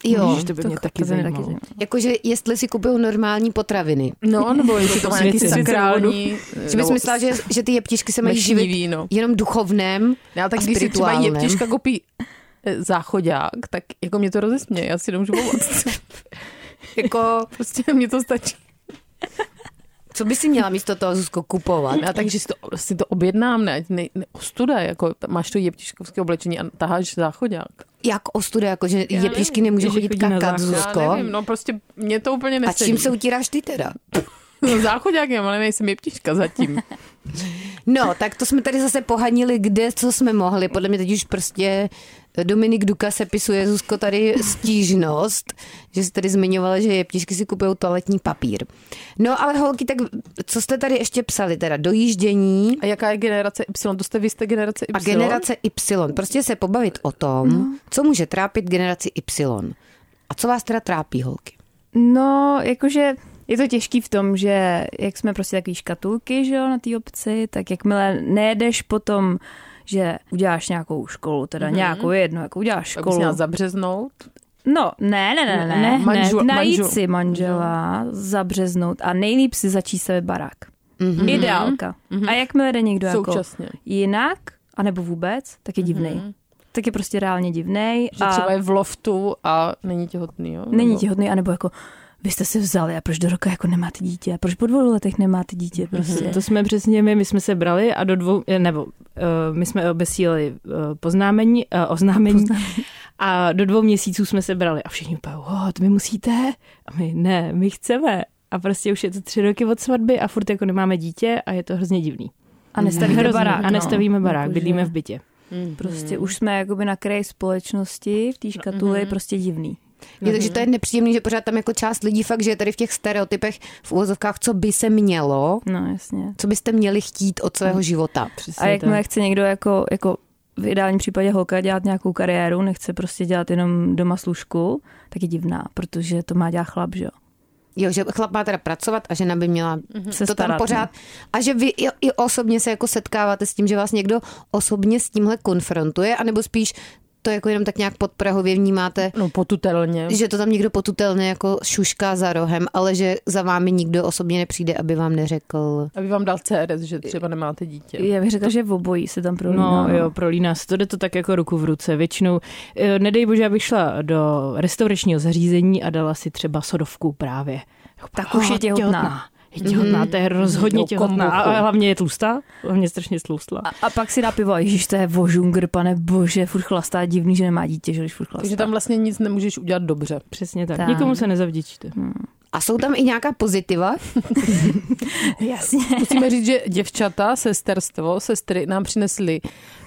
[SPEAKER 1] Jo,
[SPEAKER 4] Ježiš, to by
[SPEAKER 5] To-
[SPEAKER 4] mě taky
[SPEAKER 5] to by mě taky
[SPEAKER 4] zajímalo.
[SPEAKER 1] jakože jestli si kupují normální potraviny.
[SPEAKER 3] No, nebo jestli to má nějaký eh,
[SPEAKER 4] Svěci.
[SPEAKER 3] sakrální...
[SPEAKER 1] Že bys myslela, že, že ty jeptišky se mají živit
[SPEAKER 3] No. víno.
[SPEAKER 1] jenom duchovném
[SPEAKER 3] Já tak
[SPEAKER 1] a
[SPEAKER 3] když si třeba
[SPEAKER 1] spirituálním.
[SPEAKER 3] jeptiška kopí eh, záchodák, tak jako mě to rozesměje, já si nemůžu pomoct. jako prostě mě to stačí.
[SPEAKER 1] Co by si měla místo toho, Zuzko, kupovat?
[SPEAKER 3] A No, takže si to, si to objednám, ne, ne, ne ostuda, jako t- máš to jeptiškovské oblečení a taháš záchodák.
[SPEAKER 1] Jak ostuda, jako že jeptišky nemůžou
[SPEAKER 4] že
[SPEAKER 1] chodit
[SPEAKER 4] chodí na
[SPEAKER 1] kakat,
[SPEAKER 4] záchod.
[SPEAKER 1] Zuzko?
[SPEAKER 3] Já nevím, no prostě mě to úplně
[SPEAKER 1] A
[SPEAKER 3] nesedí.
[SPEAKER 1] čím se utíráš ty teda?
[SPEAKER 3] No, záchodákem, ale nejsem jeptiška zatím.
[SPEAKER 1] No, tak to jsme tady zase pohanili, kde, co jsme mohli. Podle mě teď už prostě Dominik Duka se pisuje, Zuzko, tady stížnost, že jsi tady zmiňovala, že jeptišky si kupují toaletní papír. No ale holky, tak co jste tady ještě psali? Teda dojíždění
[SPEAKER 3] A jaká je generace Y? To jste vy jste generace
[SPEAKER 1] a
[SPEAKER 3] Y?
[SPEAKER 1] generace Y. Prostě se pobavit o tom,
[SPEAKER 5] No.
[SPEAKER 1] co může trápit generaci Y. A co vás teda trápí, holky?
[SPEAKER 5] No, jakože je to těžký v tom, že jak jsme prostě takový škatulky, že jo, na té obci, tak jakmile nejedeš potom, že uděláš nějakou školu, teda mm-hmm.
[SPEAKER 4] Mhm.
[SPEAKER 5] nějakou jednu, jako uděláš
[SPEAKER 3] Tak bys
[SPEAKER 5] školu.
[SPEAKER 3] měla zabřeznout.
[SPEAKER 5] No, ne, ne, ne, ne.
[SPEAKER 4] Ne, Mhm.
[SPEAKER 3] manžel-
[SPEAKER 5] Najít
[SPEAKER 3] manžel.
[SPEAKER 5] si manžela, zabřeznout a nejlíp si začít stavět barák.
[SPEAKER 1] Mhm.
[SPEAKER 4] Mhm.
[SPEAKER 5] Mm-hmm. Ideálka. Mm-hmm. A jakmile jde někdo jako
[SPEAKER 3] Současně. Hmm.
[SPEAKER 5] jinak, anebo vůbec, tak je divnej.
[SPEAKER 4] Mhm.
[SPEAKER 5] Mm-hmm. Tak je prostě reálně divnej.
[SPEAKER 3] Že
[SPEAKER 5] a
[SPEAKER 3] třeba je v loftu a není těhotný, jo?
[SPEAKER 5] Není
[SPEAKER 3] Nebo-
[SPEAKER 5] těhotný, anebo jako vy jste se vzali a proč do roka jako nemáte dítě, proč po dvou letech nemáte dítě prostě.
[SPEAKER 4] To jsme přesně my, my jsme se brali a do dvou, eh, nebo uh, my jsme obesílali uh, poznámení, uh, oznámení a do dvou měsíců jsme se brali a všichni úplně, oh, to vy musíte? A my, ne, my chceme. A prostě už je to tři roky od svatby a furt jako nemáme dítě a je to hrozně divný.
[SPEAKER 5] A nestavíme
[SPEAKER 4] Hrozný.
[SPEAKER 5] barák.
[SPEAKER 4] a nestavíme
[SPEAKER 5] no.
[SPEAKER 4] barák,
[SPEAKER 5] Jakože
[SPEAKER 4] bydlíme v bytě.
[SPEAKER 5] Prostě už jsme jakoby na kraji společnosti, v té škatuli, prostě divný.
[SPEAKER 1] Je, takže to je nepříjemný, že pořád tam jako část lidí fakt, že je tady v těch stereotypech v úvozovkách, co by se mělo,
[SPEAKER 5] No jasně.
[SPEAKER 1] co byste měli chtít od svého života.
[SPEAKER 4] Přesně
[SPEAKER 5] Mhm. A jakmile
[SPEAKER 4] tak.
[SPEAKER 5] chce někdo jako, jako v ideálním případě holka dělat nějakou kariéru, nechce prostě dělat jenom doma služku, tak je divná, protože to má dělat chlap, že jo.
[SPEAKER 1] Jo, že chlap má teda pracovat a žena by měla
[SPEAKER 5] Se
[SPEAKER 1] to tam
[SPEAKER 5] starat,
[SPEAKER 1] pořád. A že vy i, i osobně se jako setkáváte s tím, že vás někdo osobně s tímhle konfrontuje, anebo spíš to jako jenom tak nějak podprahově vnímáte,
[SPEAKER 3] No potutelně.
[SPEAKER 1] že to tam někdo potutelně jako šušká za rohem, ale že za vámi nikdo osobně nepřijde, aby vám neřekl.
[SPEAKER 3] Aby vám dal CRS, že třeba nemáte dítě.
[SPEAKER 5] Já bych řekla, že v obojí se tam prolíná.
[SPEAKER 4] No jo, prolíná se to, jde to tak jako ruku v ruce. Většinou, eh, nedej bože, abych šla do restauračního zařízení a dala si třeba sodovku právě.
[SPEAKER 5] Tak už je
[SPEAKER 4] Oh,
[SPEAKER 5] těhotná. Mhm.
[SPEAKER 4] Je těhotná, to je rozhodně
[SPEAKER 3] Jo,
[SPEAKER 4] těhotná.
[SPEAKER 3] kombuchu.
[SPEAKER 4] A hlavně je tlustá, hlavně strašně tloustla.
[SPEAKER 5] A, a pak si dá pivo, ježiš, to je vožungr, pane bože, furt chlastá, divný, že nemá dítě, že když furt chlastá.
[SPEAKER 3] Takže tam vlastně nic nemůžeš udělat dobře.
[SPEAKER 4] Přesně tak.
[SPEAKER 5] Tak. Hm.
[SPEAKER 4] Nikomu se nezavděčíte.
[SPEAKER 1] A jsou tam i nějaká pozitiva?
[SPEAKER 5] Jasně.
[SPEAKER 3] Musíme říct, že děvčata, sesterstvo, sestry nám přinesly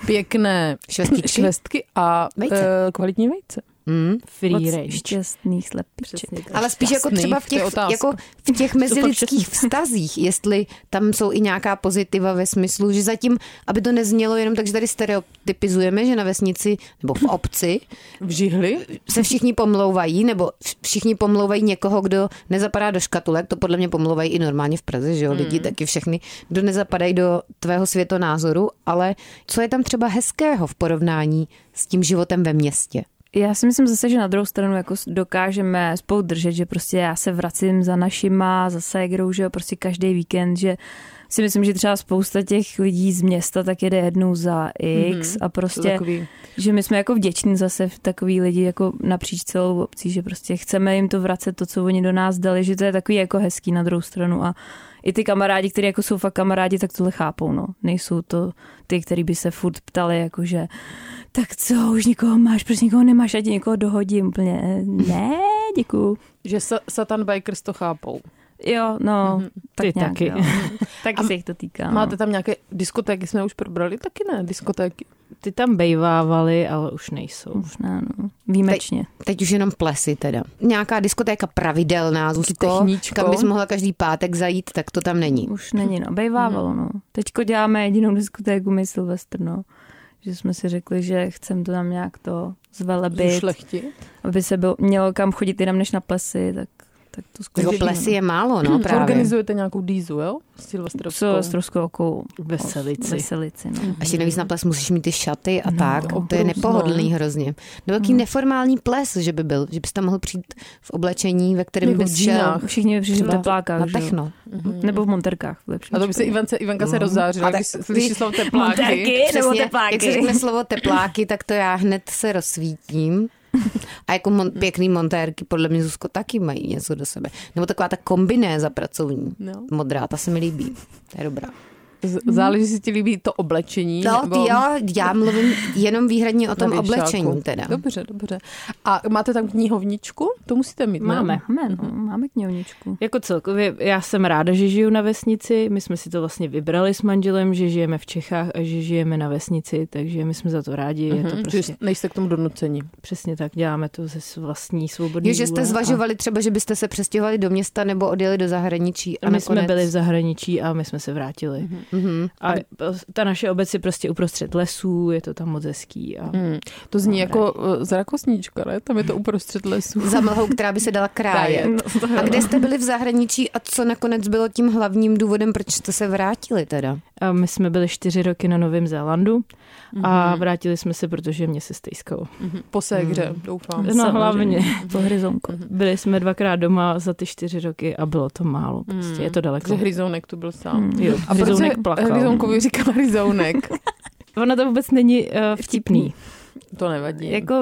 [SPEAKER 3] pěkné
[SPEAKER 1] Švestičky?
[SPEAKER 3] švestky a
[SPEAKER 1] Vejce.
[SPEAKER 3] eh, kvalitní vejce.
[SPEAKER 1] Hmm.
[SPEAKER 4] Free range.
[SPEAKER 5] Šťastných slepiček.
[SPEAKER 4] Přesně tak.
[SPEAKER 1] Ale spíš jako
[SPEAKER 3] Šťastný,
[SPEAKER 1] třeba v
[SPEAKER 3] to je
[SPEAKER 1] těch,
[SPEAKER 3] otázka.
[SPEAKER 1] jako v těch mezilidských vztazích, jestli tam jsou i nějaká pozitiva ve smyslu, že zatím, aby to neznělo jenom tak, že tady stereotypizujeme, že na vesnici nebo v obci
[SPEAKER 3] V žihli?
[SPEAKER 1] se všichni pomlouvají, nebo v- všichni pomlouvají někoho, kdo nezapadá do škatulek, to podle mě pomlouvají i normálně v Praze, že jo, lidi taky všechny, kdo nezapadají do tvého světonázoru, ale co je tam třeba hezkého v porovnání s tím životem ve městě?
[SPEAKER 5] Já si myslím zase, že na druhou stranu jako s- dokážeme spolu držet, že prostě já se vracím za našima, za ségrou, že jo, prostě každý víkend, že si myslím, že třeba spousta těch lidí z města tak jede jednou za X mm-hmm. a
[SPEAKER 3] Mhm, To
[SPEAKER 5] prostě,
[SPEAKER 3] takový,
[SPEAKER 5] že my jsme jako vděční zase v takový lidi jako napříč celou obcí, že prostě chceme jim to vracet, to, co oni do nás dali, že to je takový jako hezký na druhou stranu a i ty kamarádi, kteří jako jsou fakt kamarádi, tak tohle chápou, no. Nejsou to ty, kteří by se furt ptali, jako jakože tak co, už nikoho máš, proč nikoho nemáš, já ti někoho dohodím, úplně eh, ne, děkuju.
[SPEAKER 3] že sa- Satan Bikers to chápou.
[SPEAKER 5] Jo, no, tak
[SPEAKER 4] Ty
[SPEAKER 5] nějak,
[SPEAKER 4] taky.
[SPEAKER 5] Jo. Tak se jich to týká.
[SPEAKER 3] no. Máte tam nějaké diskotéky, jsme už probrali? Taky ne, diskotéky.
[SPEAKER 4] ty tam bejvávali, ale už nejsou.
[SPEAKER 5] Už ne, no. Výjimečně.
[SPEAKER 1] Teď už jenom plesy teda. Nějaká diskotéka pravidelná, Zuzko,
[SPEAKER 3] Techníčko.
[SPEAKER 1] kam bys mohla každý pátek zajít, tak to tam není.
[SPEAKER 5] Už není, no. Bejvávalo, no. Teďko děláme jedinou diskotéku my Silvestr, no. Že jsme si řekli, že chcem to tam nějak to zvelebit,
[SPEAKER 3] Zušlechti.
[SPEAKER 5] aby se bylo, mělo kam chodit jinam než na plesy, tak, tak to
[SPEAKER 1] Toho
[SPEAKER 5] zkoušíme.
[SPEAKER 1] Jako plesy je málo, no právě.
[SPEAKER 3] Organizujete nějakou dízu, jo? Silvestrovskou.
[SPEAKER 5] Co s troskou okou?
[SPEAKER 4] Veselici.
[SPEAKER 5] Veselici, no.
[SPEAKER 1] Ještě navíc na ples musíš mít ty šaty a no, tak. To je
[SPEAKER 3] obrovský.
[SPEAKER 1] nepohodlný hrozně. No velký neformální ples, že by byl. Že bys tam mohl přijít v oblečení, ve kterém
[SPEAKER 3] Jako v
[SPEAKER 1] bys šel
[SPEAKER 3] džínách.
[SPEAKER 5] Všichni mi přišli v
[SPEAKER 1] Třeba
[SPEAKER 5] teplákách,
[SPEAKER 1] na
[SPEAKER 5] že jo?
[SPEAKER 1] techno.
[SPEAKER 5] Nebo v monterkách. V lepším
[SPEAKER 3] A to by se
[SPEAKER 5] případě.
[SPEAKER 3] Ivanka, Ivanka se rozzářila,
[SPEAKER 1] A
[SPEAKER 3] když
[SPEAKER 1] tak-
[SPEAKER 3] slyší slovo tepláky.
[SPEAKER 5] nebo
[SPEAKER 1] Přesně, Jak se
[SPEAKER 5] tepláky.
[SPEAKER 1] řekne slovo tepláky, tak to já hned se rozsvítím. A jako mon, pěkný montérky, podle mě Zuzko taky mají něco do sebe. Nebo taková ta kombinéza pracovní.
[SPEAKER 3] No. Mhm.
[SPEAKER 1] Modrá, ta se mi líbí. To je dobrá.
[SPEAKER 3] Z- Záleží, jestli ti líbí to oblečení.
[SPEAKER 1] No,
[SPEAKER 3] nebo...
[SPEAKER 1] ty jo, já mluvím jenom výhradně o tom
[SPEAKER 3] na věšáku.
[SPEAKER 1] oblečení teda.
[SPEAKER 3] Dobře, dobře. A máte tam knihovničku? To musíte mít, ne?
[SPEAKER 4] Máme.
[SPEAKER 5] Máme, no, máme knihovničku.
[SPEAKER 4] Jako celkově, já jsem ráda, že žiju na vesnici. My jsme si to vlastně vybrali s manželem, že žijeme v Čechách a že žijeme na vesnici, takže my jsme za to rádi. Je to
[SPEAKER 3] Mhm,
[SPEAKER 4] prostě
[SPEAKER 3] Že nejste k tomu donuceni.
[SPEAKER 4] přesně tak, děláme to ze s- vlastní svobody.
[SPEAKER 1] Jo, že jste zvažovali třeba, že byste se přestěhovali do města nebo odjeli do zahraničí. A
[SPEAKER 4] A my jsme
[SPEAKER 1] nakonec-
[SPEAKER 4] byli v zahraničí a my jsme se vrátili.
[SPEAKER 1] Mhm.
[SPEAKER 4] A ta naše obec je prostě uprostřed lesů, je to tam moc hezký. A...
[SPEAKER 3] Hmm. To zní jako eh, z Rakosníčka, ne? Tam je to uprostřed lesu.
[SPEAKER 1] Za mlhou, která by se dala krájet.
[SPEAKER 3] Krájet.
[SPEAKER 1] A kde jste byli v zahraničí a co nakonec bylo tím hlavním důvodem, proč jste se vrátili teda?
[SPEAKER 4] A my jsme byli čtyři roky na Novém Zélandu a vrátili jsme se, protože mě se stejskalo.
[SPEAKER 3] Po sékře, doufám.
[SPEAKER 4] No hlavně.
[SPEAKER 5] Po horizonku.
[SPEAKER 4] Byli jsme dvakrát doma za ty čtyři roky a bylo to
[SPEAKER 3] Mhm.
[SPEAKER 4] málo. Prostě je to daleko.
[SPEAKER 3] Že Hryzounek tu byl sám.
[SPEAKER 5] Hmm.
[SPEAKER 4] Jo,
[SPEAKER 3] A proč se
[SPEAKER 4] Hryzounek plakal.
[SPEAKER 3] Hryzounkovi říkal Hryzounek?
[SPEAKER 4] Ono to vůbec není uh, vtipný.
[SPEAKER 3] To nevadí.
[SPEAKER 5] Jako,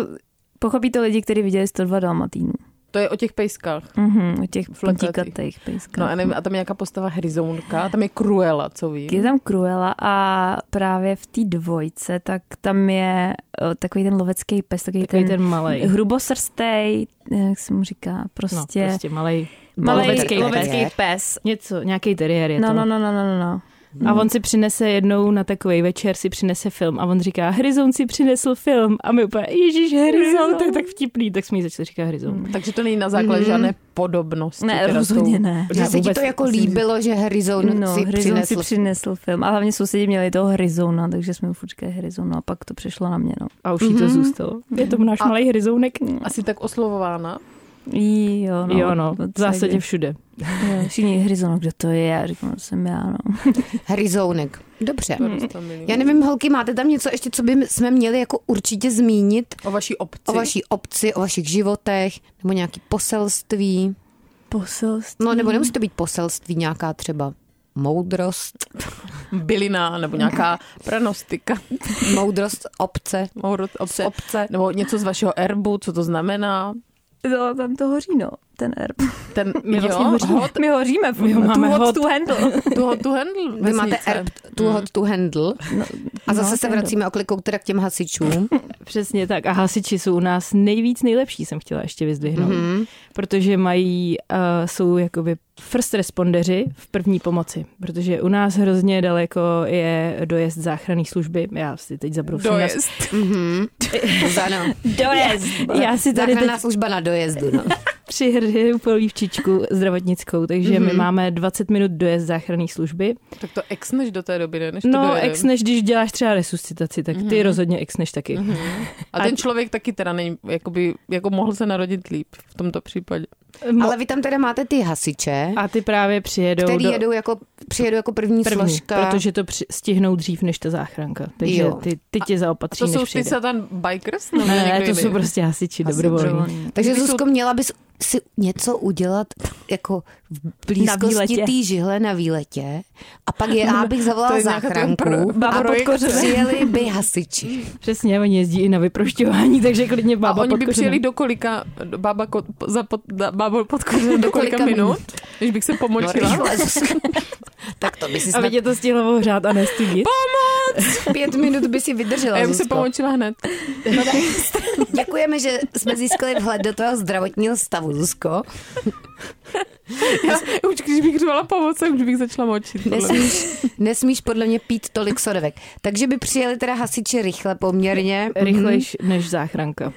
[SPEAKER 5] pochopí to lidi, kteří viděli 102 Dalmatínů.
[SPEAKER 3] To je o těch pejskách.
[SPEAKER 5] Mhm, o těch
[SPEAKER 3] Flekatých.
[SPEAKER 5] puntíkatých pejskách.
[SPEAKER 3] No a, nevím, a tam je nějaká postava Hryzounka, a tam je Cruella, co vím.
[SPEAKER 5] Je tam Cruella a právě v té dvojce, tak tam je o, takový ten lovecký pes, takový,
[SPEAKER 4] Takový ten malej.
[SPEAKER 5] hrubosrstej, jak se mu říká,
[SPEAKER 4] No,
[SPEAKER 5] prostě, no, prostě
[SPEAKER 4] prostě malej.
[SPEAKER 5] malej
[SPEAKER 1] lovecký
[SPEAKER 5] lovecký,
[SPEAKER 1] pes.
[SPEAKER 5] pes.
[SPEAKER 4] Něco, nějaký teriér je
[SPEAKER 5] No,
[SPEAKER 4] to.
[SPEAKER 5] no, no, no, no, no.
[SPEAKER 4] A on si přinese jednou na takový večer, si přinese film a on říká, Hryzoun si přinesl film. A my úplně, ježíš, Hryzoun, to je tak vtipný. Tak jsme jí začali říkat Hryzoun.
[SPEAKER 3] Takže to není na základě žádné podobnosti.
[SPEAKER 5] Ne,
[SPEAKER 3] teda
[SPEAKER 5] rozhodně
[SPEAKER 3] tou-
[SPEAKER 5] ne.
[SPEAKER 1] Že
[SPEAKER 4] Já
[SPEAKER 1] se ti
[SPEAKER 4] vůbec
[SPEAKER 1] to jako
[SPEAKER 4] musím říct-
[SPEAKER 1] líbilo, že Horizon
[SPEAKER 5] No,
[SPEAKER 1] si
[SPEAKER 5] Horizon si
[SPEAKER 1] přinesl.
[SPEAKER 5] přinesl film. A hlavně sousedi měli toho Horizona, takže jsme mu furt říkali Horizon, no a pak to přešlo na mě, no.
[SPEAKER 4] A už jí to zůstalo. Hmm. Je to náš malý Hryzounek.
[SPEAKER 3] Asi tak oslovována.
[SPEAKER 5] Hmm. Jo, no.
[SPEAKER 4] Jo, no, v zásadě všude.
[SPEAKER 5] Jo, Všichni Horizon, kdo to je? Já říkám, to jsem já, no.
[SPEAKER 1] Horizonek. Dobře.
[SPEAKER 4] Hmm.
[SPEAKER 1] Já
[SPEAKER 3] Já ne...
[SPEAKER 1] nevím, holky, máte tam něco ještě, co by m- jsme měli jako určitě zmínit?
[SPEAKER 3] O vaší obci.
[SPEAKER 1] O vaší obci, o vašich životech, nebo nějaký poselství?
[SPEAKER 5] Poselství.
[SPEAKER 1] No, nebo nemusí to být poselství, nějaká třeba moudrost,
[SPEAKER 3] bylina nebo nějaká pranostika.
[SPEAKER 1] moudrost obce,
[SPEAKER 3] Moudrost Obce.
[SPEAKER 1] obce.
[SPEAKER 3] Nebo něco z vašeho erbu, co to znamená.
[SPEAKER 5] No, tam to hoří, no, ten erb.
[SPEAKER 3] Ten,
[SPEAKER 4] My vlastně
[SPEAKER 3] jo,
[SPEAKER 4] hoříme.
[SPEAKER 3] hot,
[SPEAKER 5] My hoříme,
[SPEAKER 4] My ho
[SPEAKER 5] tu
[SPEAKER 4] máme
[SPEAKER 5] hot,
[SPEAKER 4] hot.
[SPEAKER 5] tu handle.
[SPEAKER 3] tu hot to handle.
[SPEAKER 1] Vy máte
[SPEAKER 3] vesnice.
[SPEAKER 1] erb tu hot to handle
[SPEAKER 5] No,
[SPEAKER 1] a zase
[SPEAKER 5] no,
[SPEAKER 1] se
[SPEAKER 5] handle.
[SPEAKER 1] vracíme oklikou teda k těm hasičům.
[SPEAKER 4] Přesně tak. A hasiči jsou u nás nejvíc nejlepší, jsem chtěla ještě vyzdvihnout.
[SPEAKER 5] Mhm.
[SPEAKER 1] Mhm,
[SPEAKER 4] Mm-hmm. Protože mají, uh, jsou jakoby first respondeři v první pomoci. Protože u nás hrozně daleko je dojezd záchranné služby. Já si teď zabrousím. na-
[SPEAKER 3] Dojezd.
[SPEAKER 1] Mhm. Ano.
[SPEAKER 5] Dojezd.
[SPEAKER 4] Já si tady teď
[SPEAKER 1] Záchranná služba na dojezdu, no.
[SPEAKER 4] přihrnu polívčičku zdravotnickou, takže mm-hmm. my
[SPEAKER 3] Mhm.
[SPEAKER 4] máme 20 minut dojezd záchranné služby.
[SPEAKER 3] Tak to ex než do té doby, ne? Než to Mhm.
[SPEAKER 4] No,
[SPEAKER 3] dojede.
[SPEAKER 4] ex než když děláš třeba resuscitaci, tak ty mm-hmm. rozhodně ex než taky.
[SPEAKER 3] Mhm.
[SPEAKER 4] Mm-hmm.
[SPEAKER 3] A ten člověk taky teda není, jakoby, jako mohl se narodit líp v tomto případě.
[SPEAKER 1] Ale vy tam teda máte ty hasiče,
[SPEAKER 4] A ty právě přijedou
[SPEAKER 1] který
[SPEAKER 4] do...
[SPEAKER 1] jedou jako, přijedou jako první,
[SPEAKER 4] První,
[SPEAKER 1] složka.
[SPEAKER 4] protože to při- stihnou dřív než ta záchranka. Takže
[SPEAKER 1] Jo.
[SPEAKER 4] ty, ty tě
[SPEAKER 3] A
[SPEAKER 4] zaopatří,
[SPEAKER 3] to
[SPEAKER 4] než
[SPEAKER 3] jsou ty
[SPEAKER 4] přijde.
[SPEAKER 3] satan bikers? Nebo
[SPEAKER 4] Ne, ne,
[SPEAKER 3] někdo
[SPEAKER 4] to
[SPEAKER 3] jiný?
[SPEAKER 4] jsou prostě hasiči dobrovolní.
[SPEAKER 1] Takže
[SPEAKER 3] Kdyby jsou-
[SPEAKER 1] Zuzko, měla bys si něco udělat jako v
[SPEAKER 5] Na
[SPEAKER 1] blízkosti
[SPEAKER 5] výletě.
[SPEAKER 1] té žihle na výletě a pak je, já bych zavolala
[SPEAKER 3] To je nějaká
[SPEAKER 1] záchranku
[SPEAKER 3] tvoje pro-
[SPEAKER 1] a
[SPEAKER 3] baba pod kořenem.
[SPEAKER 1] přijeli by hasiči.
[SPEAKER 4] Přesně, oni jezdí i na vyprošťování, takže klidně
[SPEAKER 3] A
[SPEAKER 4] bába
[SPEAKER 3] oni
[SPEAKER 4] pod
[SPEAKER 3] by
[SPEAKER 4] kořenem.
[SPEAKER 3] přijeli do kolika, do- bába, ko, za pod, da, bába pod kořenem do kolika
[SPEAKER 1] kolika
[SPEAKER 3] minut, když bych se
[SPEAKER 1] No,
[SPEAKER 3] pomočila.
[SPEAKER 1] rychle, Zuzko. tak to by si
[SPEAKER 4] Aby
[SPEAKER 1] snad
[SPEAKER 4] tě to stihlo ohřát a nestudit.
[SPEAKER 1] pět minut by si
[SPEAKER 3] A
[SPEAKER 1] vydržela,
[SPEAKER 3] já bych se
[SPEAKER 1] Zuzko.
[SPEAKER 3] pomočila hned.
[SPEAKER 1] Děkujeme, že jsme získali vhled do tvého zdravotního stavu, Zuzko.
[SPEAKER 3] Já, už když bych řvala pomoc, tak už bych začala močit. podle mě.
[SPEAKER 1] Nesmíš, nesmíš podle mě pít tolik sodovek. Takže by přijeli teda hasiči rychle poměrně.
[SPEAKER 4] Rychlejš než záchranka.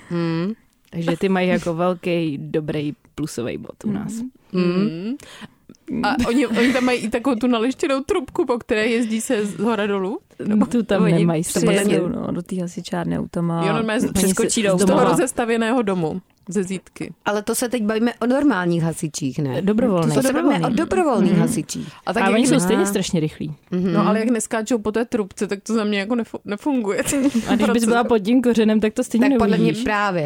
[SPEAKER 4] Takže ty mají jako velký, dobrý plusový bod u nás.
[SPEAKER 1] Mhm,
[SPEAKER 3] Mm. A oni, oni tam mají i takovou tu naleštěnou trubku, po které jezdí se z hora dolů.
[SPEAKER 4] Tu tam
[SPEAKER 5] Oni
[SPEAKER 4] nemají
[SPEAKER 5] to
[SPEAKER 4] to
[SPEAKER 1] podle mě-
[SPEAKER 5] no, do té hasičárny automa.
[SPEAKER 3] Jo, normálně z-
[SPEAKER 5] přeskočí
[SPEAKER 4] z-
[SPEAKER 5] do
[SPEAKER 4] z
[SPEAKER 5] automa.
[SPEAKER 4] domova.
[SPEAKER 3] Toho rozestavěného domu ze zítky.
[SPEAKER 1] Ale to se teď bavíme o normálních hasičích, ne?
[SPEAKER 4] Dobrovolný.
[SPEAKER 1] To se bavíme o dobrovolných
[SPEAKER 4] Mhm.
[SPEAKER 1] hasičích.
[SPEAKER 3] A tak
[SPEAKER 4] A
[SPEAKER 3] jak
[SPEAKER 4] oni
[SPEAKER 3] jim-
[SPEAKER 4] jsou stejně strašně rychlí.
[SPEAKER 3] No ale jak neskáčou po té trubce, tak to za mě jako nefo- nefunguje.
[SPEAKER 4] A když bys byla pod tím kořenem, tak to stejně
[SPEAKER 1] Tak podle mě
[SPEAKER 4] neuvidíš.
[SPEAKER 1] právě.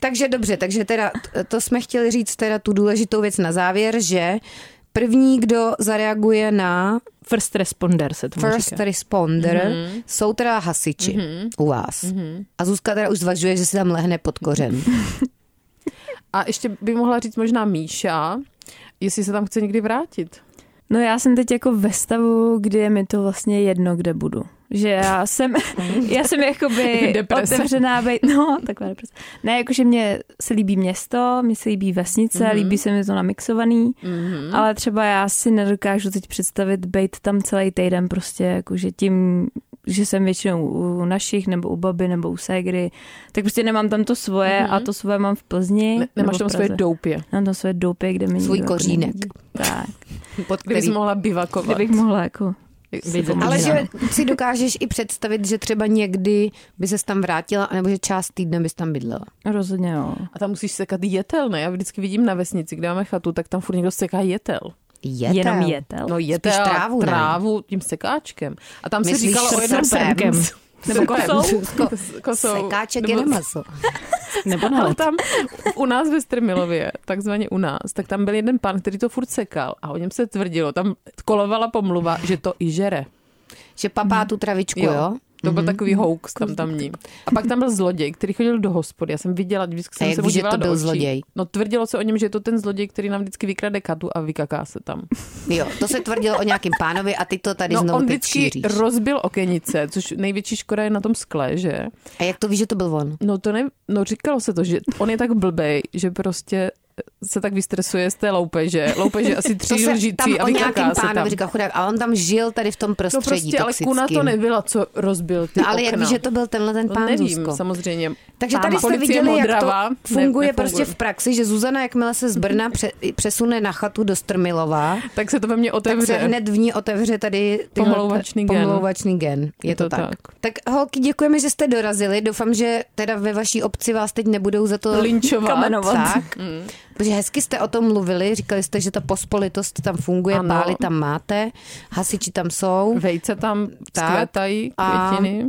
[SPEAKER 1] Takže dobře, takže teda t- to jsme chtěli říct teda tu důležitou věc na závěr, že první, kdo zareaguje na
[SPEAKER 4] First responder se tomu
[SPEAKER 1] first
[SPEAKER 4] říká.
[SPEAKER 1] responder,
[SPEAKER 4] Mhm.
[SPEAKER 1] jsou teda hasiči u vás. A Zuzka teda už zvažuje, že si tam lehne pod kořen.
[SPEAKER 3] A ještě by mohla říct možná Míša, jestli se tam chce někdy vrátit.
[SPEAKER 5] No já jsem teď jako ve stavu, kdy je mi to vlastně jedno, kde budu. Že já jsem, já jsem jakoby
[SPEAKER 3] Deprese.
[SPEAKER 5] otevřená bej, no taková deprese. Ne, jakože mě se líbí město, mně se líbí vesnice,
[SPEAKER 3] Mhm.
[SPEAKER 5] mm-hmm. líbí se mi to namixovaný, mm-hmm. ale třeba já si nedokážu teď představit být tam celý týden prostě, jakože tím, že jsem většinou u našich, nebo u baby, nebo u ségry, tak prostě nemám tam to svoje mm-hmm. a to svoje mám v Plzni.
[SPEAKER 3] Mhm. Ne,
[SPEAKER 5] nebo
[SPEAKER 3] nemáš
[SPEAKER 5] v
[SPEAKER 3] tam svoje
[SPEAKER 5] Praze.
[SPEAKER 3] doupě,
[SPEAKER 5] Mám tam svoje doupě, kde mi
[SPEAKER 1] Svůj
[SPEAKER 5] nikdo jako
[SPEAKER 1] kořínek.
[SPEAKER 5] nevidí. Tak,
[SPEAKER 1] Pod
[SPEAKER 3] kde bys
[SPEAKER 1] který...
[SPEAKER 3] mohla bivakovat.
[SPEAKER 5] kdybych mohla jako
[SPEAKER 4] Vidět.
[SPEAKER 1] Ale
[SPEAKER 4] Možná.
[SPEAKER 1] že si dokážeš i představit, že třeba někdy by se tam vrátila, anebo že část týdne bys tam bydlela.
[SPEAKER 5] Rozhodně jo.
[SPEAKER 3] A tam musíš sekat jetel, ne? Já vždycky vidím na vesnici, kde máme chatu, tak tam furt někdo seká jetel.
[SPEAKER 1] Jetel.
[SPEAKER 5] Jenom jetel.
[SPEAKER 1] No jetel,
[SPEAKER 3] Spíš
[SPEAKER 1] trávu, ne?
[SPEAKER 3] trávu tím sekáčkem. A tam se
[SPEAKER 1] Myslíš
[SPEAKER 3] říkalo o jednom
[SPEAKER 1] srpem?
[SPEAKER 3] Nebo
[SPEAKER 1] kosou?
[SPEAKER 3] Kos- Kosou.
[SPEAKER 1] Sekáček
[SPEAKER 3] Nebo-
[SPEAKER 1] je na maso.
[SPEAKER 4] Nebo na
[SPEAKER 3] Ale
[SPEAKER 4] let.
[SPEAKER 3] tam u nás ve Strmilově, takzvaně u nás, tak tam byl jeden pán, který to furt sekal a o něm se tvrdilo, tam kolovala pomluva, že to i žere.
[SPEAKER 1] Že papá tu travičku,
[SPEAKER 3] Mhm. Jo.
[SPEAKER 1] jo? Mhm.
[SPEAKER 3] To byl takový hoax tam tamní. A pak tam byl zloděj, který chodil do hospody. Já jsem viděla, vždycky jsem
[SPEAKER 1] jak
[SPEAKER 3] se mu
[SPEAKER 1] víš, že
[SPEAKER 3] dívala
[SPEAKER 1] to byl
[SPEAKER 3] do očí.
[SPEAKER 1] zloděj?
[SPEAKER 3] No tvrdilo se o něm, že je to ten zloděj, který nám vždycky vykrade kadu a vykaká se tam.
[SPEAKER 1] Jo, to se tvrdilo o nějakém pánovi a ty to tady
[SPEAKER 3] No
[SPEAKER 1] znovu
[SPEAKER 3] on
[SPEAKER 1] teď
[SPEAKER 3] vždycky
[SPEAKER 1] šíříš.
[SPEAKER 3] rozbil okenice, což největší škoda je na tom skle, že?
[SPEAKER 1] A jak to víš, že to byl on?
[SPEAKER 3] No to ne, no říkalo se to, že on je tak blbej, že prostě se tak vystresuje z té loupeže. Loupeže asi
[SPEAKER 1] To
[SPEAKER 3] tří
[SPEAKER 1] se tam
[SPEAKER 3] lžící a
[SPEAKER 1] o nějakém
[SPEAKER 3] vykaká se
[SPEAKER 1] pánovi
[SPEAKER 3] tam.
[SPEAKER 1] říkal chudák. A on tam žil tady v tom
[SPEAKER 3] No
[SPEAKER 1] prostředí
[SPEAKER 3] prostě, ale
[SPEAKER 1] toxickým.
[SPEAKER 3] kuna to nebyla, co rozbil ty
[SPEAKER 1] No ale
[SPEAKER 3] okna.
[SPEAKER 1] jak víš, že to byl tenhle ten
[SPEAKER 3] No,
[SPEAKER 1] pán
[SPEAKER 3] Nevím,
[SPEAKER 1] Zuzko?
[SPEAKER 3] samozřejmě.
[SPEAKER 1] Takže
[SPEAKER 3] Pán
[SPEAKER 1] tady jste
[SPEAKER 3] policie
[SPEAKER 1] viděli, jak to
[SPEAKER 3] Modrava. Ne-
[SPEAKER 1] funguje
[SPEAKER 3] nefunguje.
[SPEAKER 1] prostě v praxi, že Zuzana, jakmile se z Brna pře- přesune na chatu do Strmilova,
[SPEAKER 3] Tak se to ve mně
[SPEAKER 1] tak
[SPEAKER 3] otevře.
[SPEAKER 1] se hned v ní otevře tady tyhle-
[SPEAKER 3] Pomlouvačný gen.
[SPEAKER 1] pomlouvačný gen. Je, je to, to tak. tak. Tak holky, děkujeme, že jste dorazili. Doufám, že teda ve vaší obci vás teď nebudou za to
[SPEAKER 3] Linčovat.
[SPEAKER 1] kamenovat. Tak, protože hezky jste o tom mluvili, říkali jste, že ta pospolitost tam funguje,
[SPEAKER 3] Ano.
[SPEAKER 1] ano. pály tam máte, hasiči tam jsou.
[SPEAKER 3] Vejce tam
[SPEAKER 1] Tak.
[SPEAKER 3] skvětají,
[SPEAKER 1] A-
[SPEAKER 3] květiny.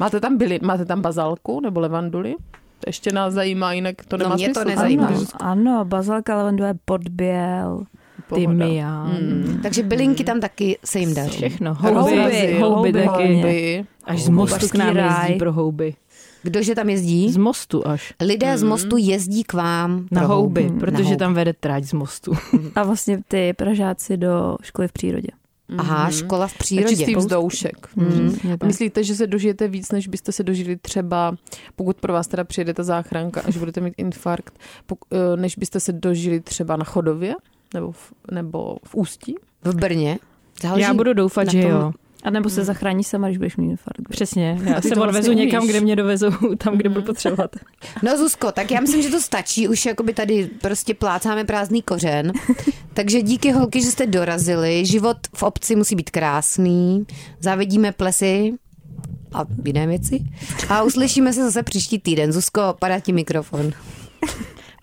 [SPEAKER 3] Máte tam byli, máte tam bazalku nebo levanduli? To ještě nás zajímá, jinak to
[SPEAKER 1] No,
[SPEAKER 3] nemá
[SPEAKER 1] mě to
[SPEAKER 3] smysl.
[SPEAKER 1] nezajímá.
[SPEAKER 5] Ano, ano, bazalka, levandule, podběl.
[SPEAKER 3] Pohoda.
[SPEAKER 4] Tymián.
[SPEAKER 1] Takže bylinky tam taky se jim daří.
[SPEAKER 4] Všechno.
[SPEAKER 3] Houby,
[SPEAKER 4] Houby,
[SPEAKER 5] houby,
[SPEAKER 4] houby taky.
[SPEAKER 3] Houby.
[SPEAKER 4] Až z mostu k nám
[SPEAKER 5] Pražský ráj.
[SPEAKER 4] jezdí pro houby.
[SPEAKER 1] Kdože tam jezdí?
[SPEAKER 4] Z mostu až.
[SPEAKER 1] Lidé z mostu jezdí k vám
[SPEAKER 4] Na
[SPEAKER 1] Hm? pro
[SPEAKER 4] houby,
[SPEAKER 1] Na
[SPEAKER 4] protože
[SPEAKER 1] houby.
[SPEAKER 4] tam vede trať z mostu.
[SPEAKER 5] A vlastně ty pražáci do školy v přírodě.
[SPEAKER 1] Aha,
[SPEAKER 4] Mhm.
[SPEAKER 1] škola v
[SPEAKER 3] A
[SPEAKER 1] přírodě. Hmm.
[SPEAKER 3] Čistý vzdoušek.
[SPEAKER 4] Přesně
[SPEAKER 3] A
[SPEAKER 4] tak.
[SPEAKER 3] Hmm. myslíte, že se dožijete víc, než byste se dožili třeba, pokud pro vás teda přijede ta záchranka, až budete mít infarkt, pok- eh, než byste se dožili třeba na Chodově? Nebo v, nebo v Ústí?
[SPEAKER 1] V Brně. Záleží.
[SPEAKER 4] Já budu doufat,
[SPEAKER 1] na
[SPEAKER 4] že
[SPEAKER 1] tom-
[SPEAKER 4] jo.
[SPEAKER 5] A nebo se zachrání sama, když budeš mít infarkt.
[SPEAKER 4] Přesně.
[SPEAKER 3] A
[SPEAKER 4] Já
[SPEAKER 3] ty
[SPEAKER 4] se
[SPEAKER 3] to vlastně
[SPEAKER 4] odvezu někam,
[SPEAKER 3] umíš. Mhm.
[SPEAKER 4] kde mě dovezou, tam, kde budu potřebovat.
[SPEAKER 1] No Zuzko, tak já myslím, že to stačí. Už jakoby tady prostě plácáme prázdný kořen. Takže díky holky, že jste dorazili. Život v obci musí být krásný. Závidíme plesy a jiné věci. A uslyšíme se zase příští týden. Zuzko, padá ti mikrofon.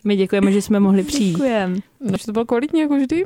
[SPEAKER 4] My děkujeme, že jsme mohli přijít.
[SPEAKER 5] Děkujem.
[SPEAKER 3] No, že to bylo kvalitní, jako vždy.